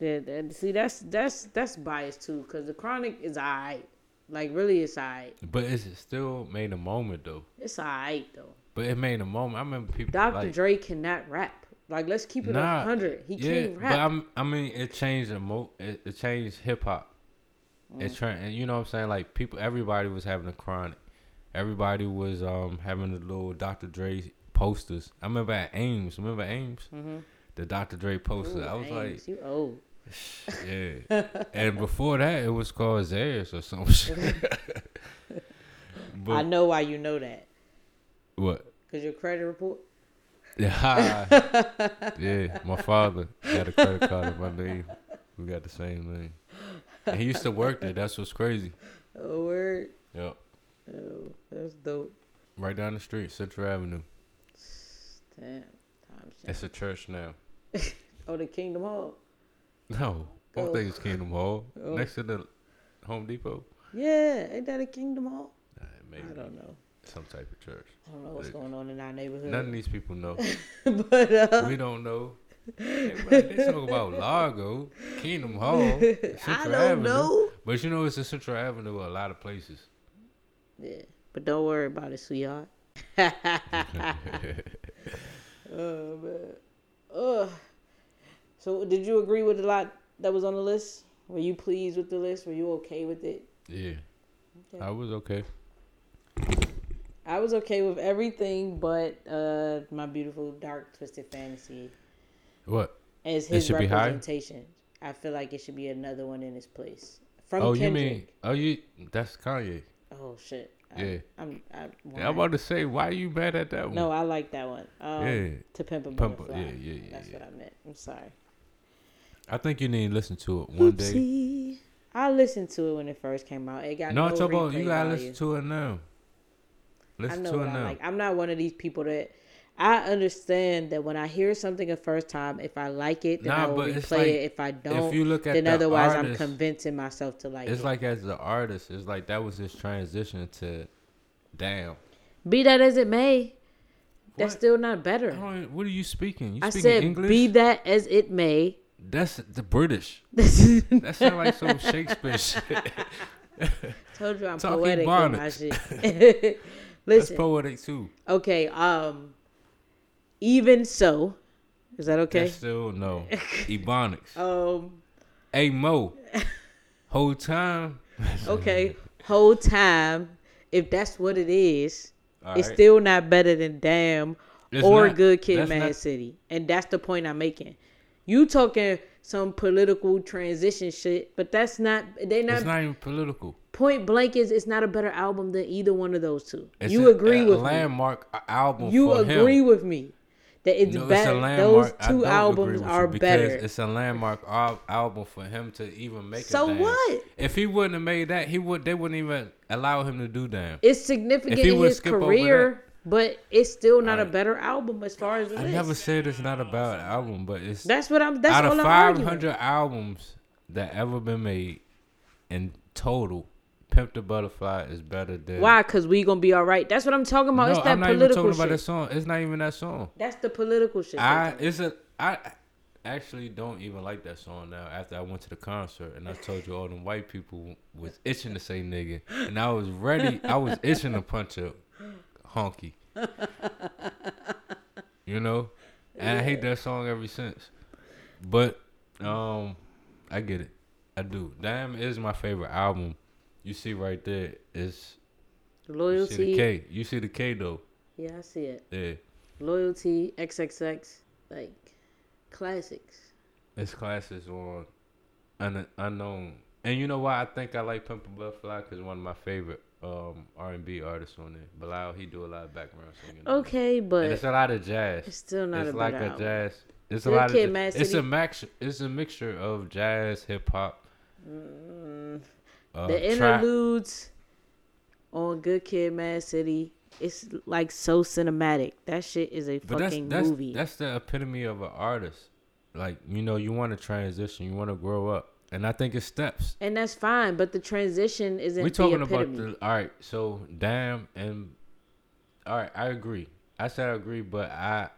Speaker 4: Yeah, that, see that's that's that's biased too, cause the chronic is alright. Like really it's alright.
Speaker 2: But it's it still made a moment though.
Speaker 4: It's alright though.
Speaker 2: But it made a moment. I remember people
Speaker 4: Dr.
Speaker 2: like,
Speaker 4: Dre cannot rap. Like let's keep it
Speaker 2: Nah,
Speaker 4: a hundred. He can't
Speaker 2: But
Speaker 4: rap.
Speaker 2: I'm, I mean, it changed the mo. It, it changed hip hop. It
Speaker 4: Mm.
Speaker 2: tra- and you know what I'm saying? Like people, everybody was having a chronic. Everybody was um having the little Dr. Dre posters. I remember at Ames. Remember Ames?
Speaker 4: Mm-hmm.
Speaker 2: The Dr. Dre poster. I was
Speaker 4: Ames, you old.
Speaker 2: like, yeah. and before that, it was called Zares or some shit.
Speaker 4: I know why you know that.
Speaker 2: what?
Speaker 4: Cause your credit report.
Speaker 2: Yeah, yeah. My father got a credit card in my name. We got the same name. And he used to work there. That's what's crazy.
Speaker 4: Oh word.
Speaker 2: Yep.
Speaker 4: Oh, that's dope.
Speaker 2: Right down the street, Central Avenue.
Speaker 4: Damn. Time shit.
Speaker 2: It's a church now.
Speaker 4: Oh, the Kingdom Hall.
Speaker 2: No, I
Speaker 4: Oh.
Speaker 2: don't think it's Kingdom Hall. Next to the Home Depot.
Speaker 4: Yeah, ain't that a Kingdom Hall?
Speaker 2: Nah, maybe
Speaker 4: I don't know.
Speaker 2: some type of church.
Speaker 4: I don't know what's
Speaker 2: Like,
Speaker 4: going on in our neighborhood.
Speaker 2: None of these people know.
Speaker 4: but uh,
Speaker 2: we don't know. They, they talk about Largo, Kingdom Hall, Central
Speaker 4: I don't
Speaker 2: Avenue.
Speaker 4: know.
Speaker 2: But you know, it's a Central Avenue. A lot of places.
Speaker 4: Yeah, but don't worry about it, sweetheart. oh man. Ugh. So, did you agree with a lot that was on the list? Were you pleased with the list? Were you okay with it?
Speaker 2: Yeah. I was okay.
Speaker 4: I was okay with everything, but uh, my beautiful dark twisted fantasy
Speaker 2: What?
Speaker 4: as his
Speaker 2: should be higher?
Speaker 4: representation. I feel like it should be another one in its place from
Speaker 2: oh,
Speaker 4: Kendrick.
Speaker 2: you mean? Oh, you? That's Kanye.
Speaker 4: Oh shit.
Speaker 2: Yeah.
Speaker 4: I, I'm. I,
Speaker 2: I'm about to say, why you mad at that one?
Speaker 4: No, I like that one. Um,
Speaker 2: Yeah.
Speaker 4: To pimp a
Speaker 2: Pimp a-
Speaker 4: butterfly.
Speaker 2: yeah, yeah, yeah,
Speaker 4: That's
Speaker 2: yeah.
Speaker 4: what I meant. I'm sorry.
Speaker 2: I think you need to listen to it one day.
Speaker 4: Oopsie. I listened to it when it first came out. It got
Speaker 2: No,
Speaker 4: no,
Speaker 2: I'm talking about you
Speaker 4: replay
Speaker 2: gotta
Speaker 4: value.
Speaker 2: listen to it now.
Speaker 4: I
Speaker 2: Listen
Speaker 4: know
Speaker 2: to
Speaker 4: what
Speaker 2: it
Speaker 4: I
Speaker 2: now.
Speaker 4: like. I'm not one of these people that I understand that when I hear something a first time, if I like it, then I
Speaker 2: Nah,
Speaker 4: will
Speaker 2: but
Speaker 4: replay
Speaker 2: it's like,
Speaker 4: it. If I don't,
Speaker 2: you look at
Speaker 4: then
Speaker 2: the
Speaker 4: otherwise
Speaker 2: artist,
Speaker 4: I'm convincing myself to like
Speaker 2: It's
Speaker 4: it.
Speaker 2: like as an artist, it's like that was his transition to, damn.
Speaker 4: be that as it may, that's
Speaker 2: What?
Speaker 4: still not better.
Speaker 2: I don't even- what are you speaking? You
Speaker 4: I
Speaker 2: speaking
Speaker 4: said,
Speaker 2: English?
Speaker 4: be that as it may.
Speaker 2: That's the British. That sounds like some Shakespeare shit.
Speaker 4: Told you I'm
Speaker 2: Talking
Speaker 4: poetic with my
Speaker 2: bonnet.
Speaker 4: shit.
Speaker 2: That's
Speaker 4: Listen,
Speaker 2: poetic too.
Speaker 4: okay. Um, even so, is that okay?
Speaker 2: That's still no. Ebonics.
Speaker 4: Um,
Speaker 2: Hey Mo, whole time.
Speaker 4: okay. Whole time, if that's what it is,
Speaker 2: All
Speaker 4: it's
Speaker 2: right.
Speaker 4: still not better than damn
Speaker 2: It's
Speaker 4: or
Speaker 2: not.
Speaker 4: good kid,
Speaker 2: That's
Speaker 4: Mad
Speaker 2: not-
Speaker 4: City, and that's the point I'm making. You talking some political transition shit, but that's not. They
Speaker 2: It's
Speaker 4: not,
Speaker 2: not even political.
Speaker 4: point blank is it's not a better album than either one of those two.
Speaker 2: It's
Speaker 4: you
Speaker 2: a-
Speaker 4: agree
Speaker 2: a
Speaker 4: with me.
Speaker 2: landmark a- album.
Speaker 4: You
Speaker 2: for
Speaker 4: agree
Speaker 2: him.
Speaker 4: with me that it's
Speaker 2: No, it's
Speaker 4: better.
Speaker 2: a
Speaker 4: Those
Speaker 2: landmark- I don't
Speaker 4: two
Speaker 2: agree
Speaker 4: albums
Speaker 2: with you
Speaker 4: are
Speaker 2: because
Speaker 4: better.
Speaker 2: It's a landmark al- album for him to even make.
Speaker 4: So
Speaker 2: a damn.
Speaker 4: what?
Speaker 2: If he wouldn't have made that, he would. They wouldn't even allow him to do damn.
Speaker 4: It's significant
Speaker 2: If he
Speaker 4: in
Speaker 2: would
Speaker 4: his
Speaker 2: skip over
Speaker 4: career, but it's still not a
Speaker 2: Alright.
Speaker 4: better album as far as it
Speaker 2: I
Speaker 4: is.
Speaker 2: never said it's not a bad album, but it's
Speaker 4: that's what I'm. That's
Speaker 2: out
Speaker 4: all
Speaker 2: of
Speaker 4: I'm
Speaker 2: five
Speaker 4: arguing.
Speaker 2: hundred albums that ever been made in total. Pimp the Butterfly is better than
Speaker 4: Why? Because we gonna be all right. That's what I'm talking about.
Speaker 2: No,
Speaker 4: it's that
Speaker 2: I'm not even
Speaker 4: political
Speaker 2: talking
Speaker 4: shit.
Speaker 2: about that song. It's not even that song.
Speaker 4: That's the political shit.
Speaker 2: I it's a I actually don't even like that song now. After I went to the concert and I told you all them white people was itching to say nigga, and I was ready. I was itching to punch a honky. You know, and I hate that song ever since. But um, I get it. I do. Damn is my favorite album. You see right there is you see the
Speaker 4: Loyalty.
Speaker 2: K. You see the K though.
Speaker 4: Yeah, I see it.
Speaker 2: Yeah,
Speaker 4: Loyalty, XXX, like classics.
Speaker 2: it's classes on un- unknown. And you know why I think I like Pimp a Butterfly because one of my favorite um R and B artists on it. Bilal, he do a lot of background singing. on it.
Speaker 4: Okay,
Speaker 2: and it's
Speaker 4: but
Speaker 2: a lot of jazz.
Speaker 4: it's still not
Speaker 2: it's
Speaker 4: a
Speaker 2: like
Speaker 4: better
Speaker 2: a
Speaker 4: album.
Speaker 2: jazz. It's a
Speaker 4: Good
Speaker 2: lot
Speaker 4: kid,
Speaker 2: of.
Speaker 4: Mad
Speaker 2: Di- it's a
Speaker 4: City.
Speaker 2: max. It's a mixture of jazz, hip hop. Uh,
Speaker 4: Mm, the
Speaker 2: trap.
Speaker 4: interludes on Good Kid, Mad City, it's like so cinematic. That shit is a
Speaker 2: But that's
Speaker 4: fucking
Speaker 2: that's
Speaker 4: movie.
Speaker 2: that's the epitome of an artist. Like you know, you want to transition, you want to grow up, and I think it steps.
Speaker 4: and that's fine, but the transition isn't
Speaker 2: We talking
Speaker 4: the
Speaker 2: about
Speaker 4: epitome.
Speaker 2: the all right. So damn and all right, I agree. I said I agree, but I.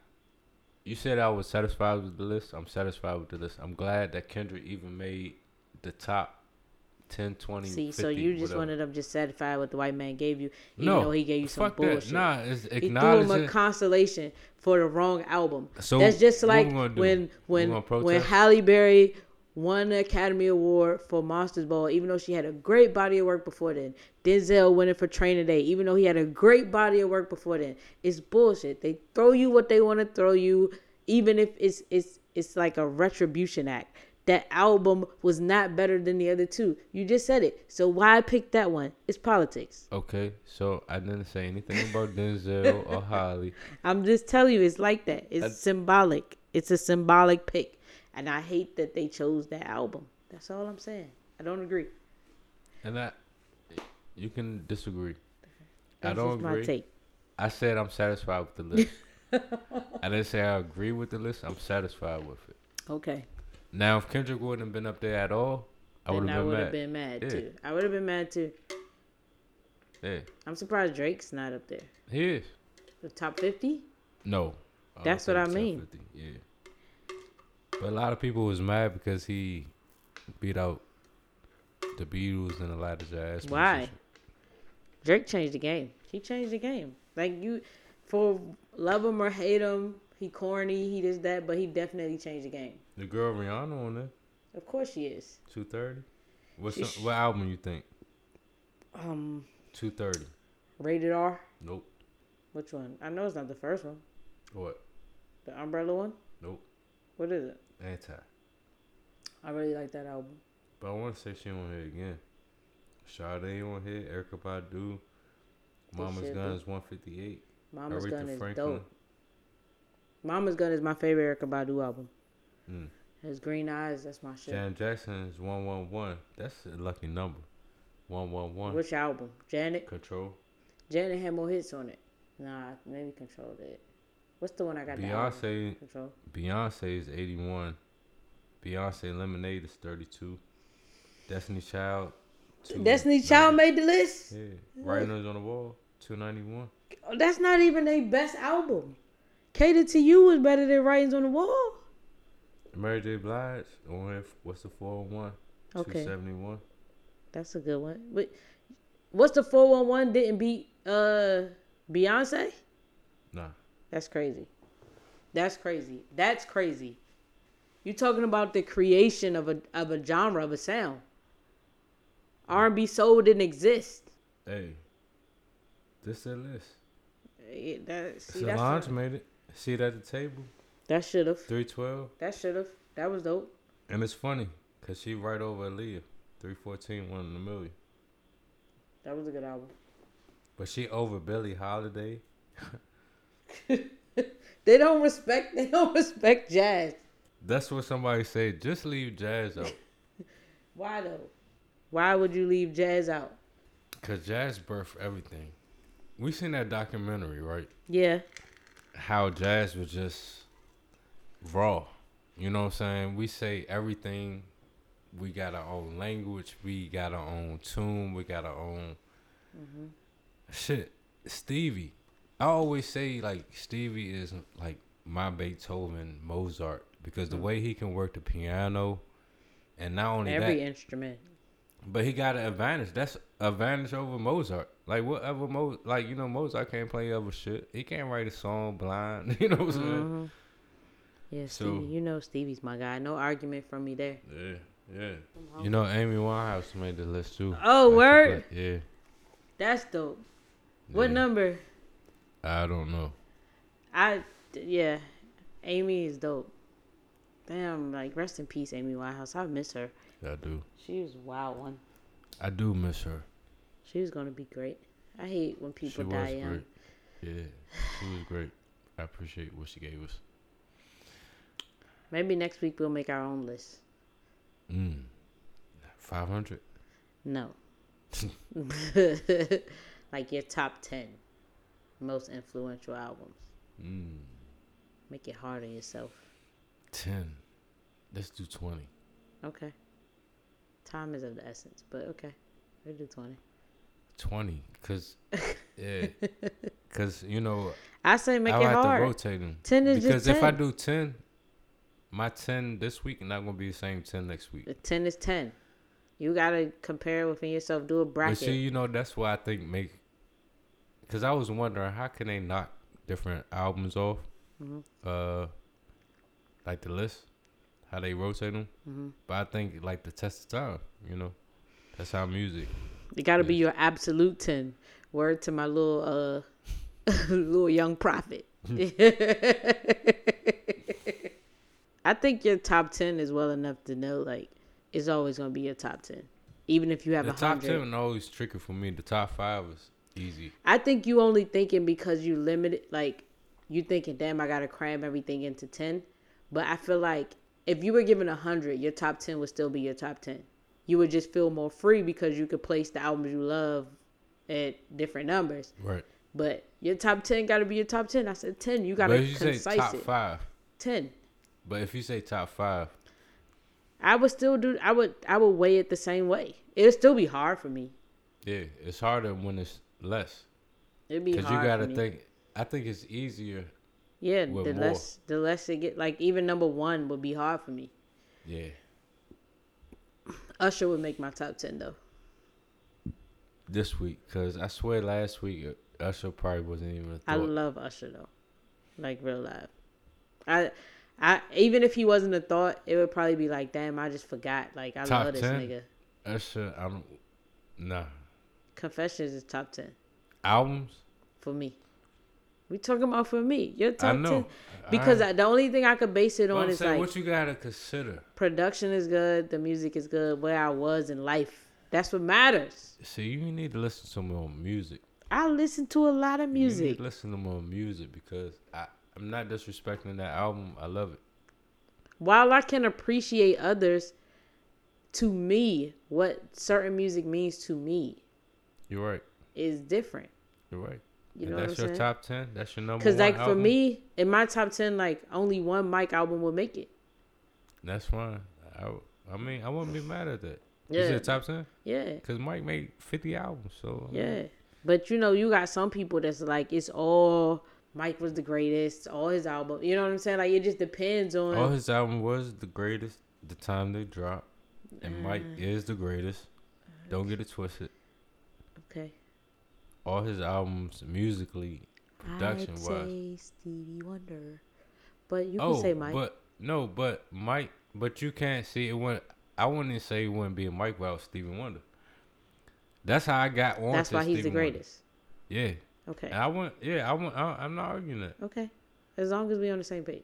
Speaker 2: You said I was satisfied with the list. I'm satisfied with the list. I'm glad that Kendrick even made the top 10, 20,
Speaker 4: See,
Speaker 2: 50,
Speaker 4: so you just
Speaker 2: whatever.
Speaker 4: one of them just satisfied with the white man gave you, even
Speaker 2: no,
Speaker 4: though he gave you some
Speaker 2: fuck
Speaker 4: bullshit.
Speaker 2: That. Nah, it's
Speaker 4: He threw him
Speaker 2: acknowledge
Speaker 4: a
Speaker 2: it.
Speaker 4: constellation for the wrong album.
Speaker 2: So,
Speaker 4: that's just
Speaker 2: what
Speaker 4: like
Speaker 2: we gonna do?
Speaker 4: when
Speaker 2: We
Speaker 4: when
Speaker 2: gonna
Speaker 4: when
Speaker 2: protest?
Speaker 4: Halle Berry won the Academy Award for Monsters Ball, even though she had a great body of work before then. Denzel winning for Training Day, even though he had a great body of work before then. It's bullshit. They throw you what they want to throw you, even if it's it's it's like a retribution act. That album was not better than the other two. You just said it. So why pick that one? It's politics.
Speaker 2: Okay, so I didn't say anything about Denzel or Holly.
Speaker 4: I'm just telling you, it's like that. It's symbolic. It's a symbolic pick, and I hate that they chose that album. That's all I'm saying. I don't agree.
Speaker 2: And I, you can disagree.
Speaker 4: That's
Speaker 2: I don't
Speaker 4: just my
Speaker 2: agree.
Speaker 4: take.
Speaker 2: I said I'm satisfied with the list. I didn't say I agree with the list. I'm satisfied with it.
Speaker 4: Okay,
Speaker 2: Now, if Kendrick wouldn't have been up there at all, I would
Speaker 4: and I
Speaker 2: have been
Speaker 4: would have
Speaker 2: mad.
Speaker 4: been mad
Speaker 2: Yeah.
Speaker 4: too. I would have been mad too.
Speaker 2: Yeah,
Speaker 4: I'm surprised Drake's not up there.
Speaker 2: he is.
Speaker 4: The top fifty.
Speaker 2: No, I don't
Speaker 4: That's what
Speaker 2: think
Speaker 4: I
Speaker 2: it's top
Speaker 4: mean.
Speaker 2: 50. Yeah, but a lot of people was mad because he beat out the Beatles and a lot of jazz.
Speaker 4: Why?
Speaker 2: musicians.
Speaker 4: Drake changed the game. He changed the game. Like you, for love him or hate him, he corny. He does that, but he definitely changed the game.
Speaker 2: The girl Rihanna on there.
Speaker 4: Of course she is.
Speaker 2: Two thirty. What's
Speaker 4: She sh-
Speaker 2: what album you think?
Speaker 4: Um,
Speaker 2: Two thirty.
Speaker 4: rated R.
Speaker 2: Nope.
Speaker 4: Which one? I know it's not the first one.
Speaker 2: What?
Speaker 4: The umbrella one.
Speaker 2: Nope.
Speaker 4: What is it?
Speaker 2: Anti.
Speaker 4: I really like that album.
Speaker 2: But I want to say she on here again. Sade on here. Erica Badu. Mama's
Speaker 4: should
Speaker 2: Gun
Speaker 4: be.
Speaker 2: is one fifty eight.
Speaker 4: Mama's
Speaker 2: Aretha
Speaker 4: Gun is
Speaker 2: Franklin.
Speaker 4: dope. Mama's Gun is my favorite Erica Badu album.
Speaker 2: Mm.
Speaker 4: His Green Eyes, that's my shit.
Speaker 2: Jan Jackson is one one one. That's a lucky number. One one one.
Speaker 4: Which album? Janet.
Speaker 2: Control.
Speaker 4: Janet had more hits on it. Nah, maybe Control did. What's the one I got? the album?
Speaker 2: Beyonce.
Speaker 4: Control.
Speaker 2: Beyonce is eighty one. Beyonce Lemonade is thirty two. Destiny Child. two-
Speaker 4: Destiny Child made the list.
Speaker 2: Mm. Yeah. Writings on the wall. Two ninety one.
Speaker 4: Oh, That's not even their best album. Cater to You was better than Writings on the Wall.
Speaker 2: Mary J. Blige on here. What's the 401?
Speaker 4: Okay.
Speaker 2: 271.
Speaker 4: That's a good one. But what's the 411 didn't beat uh Beyonce?
Speaker 2: Nah.
Speaker 4: That's crazy. That's crazy. That's crazy. You're talking about the creation of a of a genre of a sound. R and B soul didn't exist.
Speaker 2: Hey. This that list.
Speaker 4: Eh, That, see,
Speaker 2: Solange
Speaker 4: that's
Speaker 2: made it. See it at the table.
Speaker 4: that should have.
Speaker 2: 312.
Speaker 4: That should have. That was dope.
Speaker 2: And it's funny because she right over Aaliyah. 314, one in a million.
Speaker 4: That was a good album.
Speaker 2: But she over Billie Holiday.
Speaker 4: They don't respect. They don't respect jazz.
Speaker 2: That's what somebody said. Just leave jazz out.
Speaker 4: Why though? Why would you leave jazz out?
Speaker 2: Because jazz birthed everything. We seen that documentary, right?
Speaker 4: Yeah.
Speaker 2: how jazz was just raw. You know what I'm saying? We say everything. We got our own language. We got our own tune. We got our own shit. Stevie. I always say like Stevie is like my Beethoven Mozart because the way he can work the piano, and not only
Speaker 4: Every
Speaker 2: that,
Speaker 4: instrument.
Speaker 2: but he got an advantage. That's advantage over Mozart. Like whatever Mo, like you know Mozart can't play other shit. He can't write a song blind. You know what I'm saying?
Speaker 4: Yeah,
Speaker 2: So-
Speaker 4: Stevie. You know Stevie's my guy. No argument from me there.
Speaker 2: Yeah, yeah. You know Amy Winehouse made the list too.
Speaker 4: Oh,
Speaker 2: That's a
Speaker 4: word?
Speaker 2: fact. Yeah.
Speaker 4: That's dope. What
Speaker 2: Yeah.
Speaker 4: number?
Speaker 2: I don't know.
Speaker 4: I yeah, Amy is dope. Damn, like rest in peace, Amy Winehouse. I miss her.
Speaker 2: I do.
Speaker 4: She was a wild one.
Speaker 2: I do miss her.
Speaker 4: She was gonna be great. I hate when people
Speaker 2: she was
Speaker 4: die young.
Speaker 2: great. Yeah, she was great. I appreciate what she gave us.
Speaker 4: Maybe next week we'll make our own list.
Speaker 2: Mm. Five hundred.
Speaker 4: No. like your top ten most influential albums.
Speaker 2: Mm.
Speaker 4: Make it hard on yourself.
Speaker 2: Ten. Let's do twenty.
Speaker 4: Okay. Time is of the essence, but okay. We'll do twenty.
Speaker 2: Twenty, cause yeah, cause you know
Speaker 4: I say make
Speaker 2: I
Speaker 4: it
Speaker 2: like to
Speaker 4: hard.
Speaker 2: rotate them.
Speaker 4: 10 is just
Speaker 2: because if I
Speaker 4: 10.
Speaker 2: do ten, my ten this week not gonna be the same ten next week.
Speaker 4: The ten is ten. You gotta compare within yourself. Do a
Speaker 2: But
Speaker 4: bracket.
Speaker 2: see, you know that's why I think make. Cause I was wondering how can they knock different albums off,
Speaker 4: Mm-hmm.
Speaker 2: uh, like the list, how they rotate them.
Speaker 4: Mm-hmm.
Speaker 2: But I think like the test of time, you know, that's how music.
Speaker 4: It gotta be your absolute ten. Word to my little uh little young prophet. I think your top ten is well enough to know like it's always gonna be your top ten. Even if you have
Speaker 2: The
Speaker 4: a
Speaker 2: top
Speaker 4: hundred.
Speaker 2: ten always tricky for me. The top five is easy.
Speaker 4: I think you only thinking because you limited like you thinking, damn, I gotta cram everything into ten. But I feel like if you were given a hundred, your top ten would still be your top ten. You would just feel more free because you could place the albums you love at different numbers.
Speaker 2: Right.
Speaker 4: But your top ten gotta be your top ten. I said ten. You
Speaker 2: But
Speaker 4: gotta
Speaker 2: if you say
Speaker 4: concise
Speaker 2: top
Speaker 4: it.
Speaker 2: five,
Speaker 4: Ten.
Speaker 2: but if you say top five,
Speaker 4: I would still do I would I would weigh it the same way. It'd still be hard for me.
Speaker 2: yeah, it's harder when it's less.
Speaker 4: It'd be
Speaker 2: Cause
Speaker 4: hard.
Speaker 2: you gotta
Speaker 4: for me.
Speaker 2: think. I think it's easier.
Speaker 4: Yeah,
Speaker 2: with
Speaker 4: the
Speaker 2: more.
Speaker 4: less the less it get like even number one would be hard for me.
Speaker 2: Yeah.
Speaker 4: Usher would make my top ten though.
Speaker 2: this week because I swear last week uh, Usher probably wasn't even a
Speaker 4: I
Speaker 2: thought.
Speaker 4: love Usher though, like real life. I, I even if he wasn't a thought, it would probably be like, damn, I just forgot. Like I
Speaker 2: Top
Speaker 4: love this
Speaker 2: 10?
Speaker 4: nigga.
Speaker 2: Usher, I don't. Nah,
Speaker 4: Confessions is top ten
Speaker 2: albums.
Speaker 4: for me. We talking about for me. Your
Speaker 2: I
Speaker 4: top
Speaker 2: know
Speaker 4: 10. because
Speaker 2: I,
Speaker 4: I, the only thing I could base it
Speaker 2: but
Speaker 4: on
Speaker 2: I'm
Speaker 4: is
Speaker 2: saying
Speaker 4: like
Speaker 2: what you gotta consider.
Speaker 4: production is good, the music is good, where I was in life. That's what matters.
Speaker 2: See, you need to listen to more music.
Speaker 4: I listen to a lot of
Speaker 2: You need to
Speaker 4: music.
Speaker 2: listen to more music because I I'm not disrespecting that album. I love it.
Speaker 4: while I can appreciate others, to me, what certain music means to me
Speaker 2: You're right.
Speaker 4: is different.
Speaker 2: You're right.
Speaker 4: You
Speaker 2: And
Speaker 4: know what
Speaker 2: that's
Speaker 4: I'm
Speaker 2: your
Speaker 4: saying?
Speaker 2: top ten. That's your number.
Speaker 4: Because,
Speaker 2: Because
Speaker 4: like, for me, in my top 10, like, only one Mike album would make it.
Speaker 2: that's fine. I I mean I wouldn't be mad at that. Yeah. Is
Speaker 4: Yeah.
Speaker 2: it top ten?
Speaker 4: Yeah.
Speaker 2: Because Mike made 50 albums. So
Speaker 4: Yeah. But, you know, you got some people that's like, it's all Mike was the greatest, all his album. You know what I'm saying? Like, it just depends on.
Speaker 2: All his album was the greatest the time they dropped, and Mike
Speaker 4: Mm.
Speaker 2: is the greatest. Don't get it twisted.
Speaker 4: okay.
Speaker 2: All his albbums musically, production
Speaker 4: I'd
Speaker 2: wise.
Speaker 4: say Stevie Wonder. But you can
Speaker 2: Oh,
Speaker 4: say Mike.
Speaker 2: but no, but Mike, but you can't see it when I wouldn't say it wouldn't be a Mike without Stevie Wonder. That's how I got on.
Speaker 4: that's
Speaker 2: to
Speaker 4: why he's the
Speaker 2: Stevie Wonder.
Speaker 4: greatest.
Speaker 2: Yeah,
Speaker 4: Okay.
Speaker 2: and I wouldn't. Yeah, I wouldn't. I, I'm not arguing that.
Speaker 4: Okay. As long as we on the same page.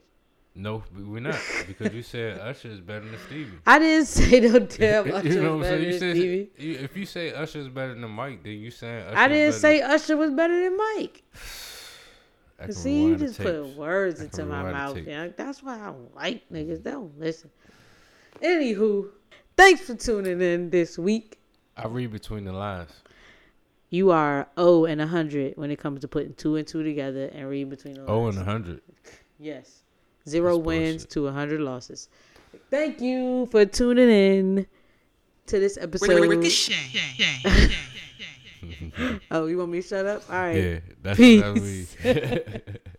Speaker 2: No, we're not because you said Usher is better than Stevie.
Speaker 4: I didn't say no damn Usher
Speaker 2: you know
Speaker 4: was
Speaker 2: what I'm
Speaker 4: better
Speaker 2: saying? You
Speaker 4: than
Speaker 2: said,
Speaker 4: Stevie.
Speaker 2: you- if you say Usher's better than Mike, then you saying Usher
Speaker 4: I didn't say Usher was better than Mike.
Speaker 2: I can
Speaker 4: See, you
Speaker 2: rewind the
Speaker 4: just put
Speaker 2: tapes.
Speaker 4: words
Speaker 2: I
Speaker 4: into
Speaker 2: can
Speaker 4: my
Speaker 2: rewind the
Speaker 4: mouth.
Speaker 2: tapes.
Speaker 4: Yeah, that's why I don't like niggas. They don't listen. Anywho, thanks for tuning in this week.
Speaker 2: I read between the lines.
Speaker 4: You are 0 and 100 when it comes to putting two and two together and read between the lines.
Speaker 2: Oh, and a hundred.
Speaker 4: Yes. Zero
Speaker 2: That's
Speaker 4: wins
Speaker 2: bullshit.
Speaker 4: to 100 losses. Thank you for tuning in to this episode.
Speaker 1: Ricochet.
Speaker 4: Oh, you want me to shut up? All right.
Speaker 2: Yeah, that's
Speaker 4: Peace.
Speaker 2: what I read.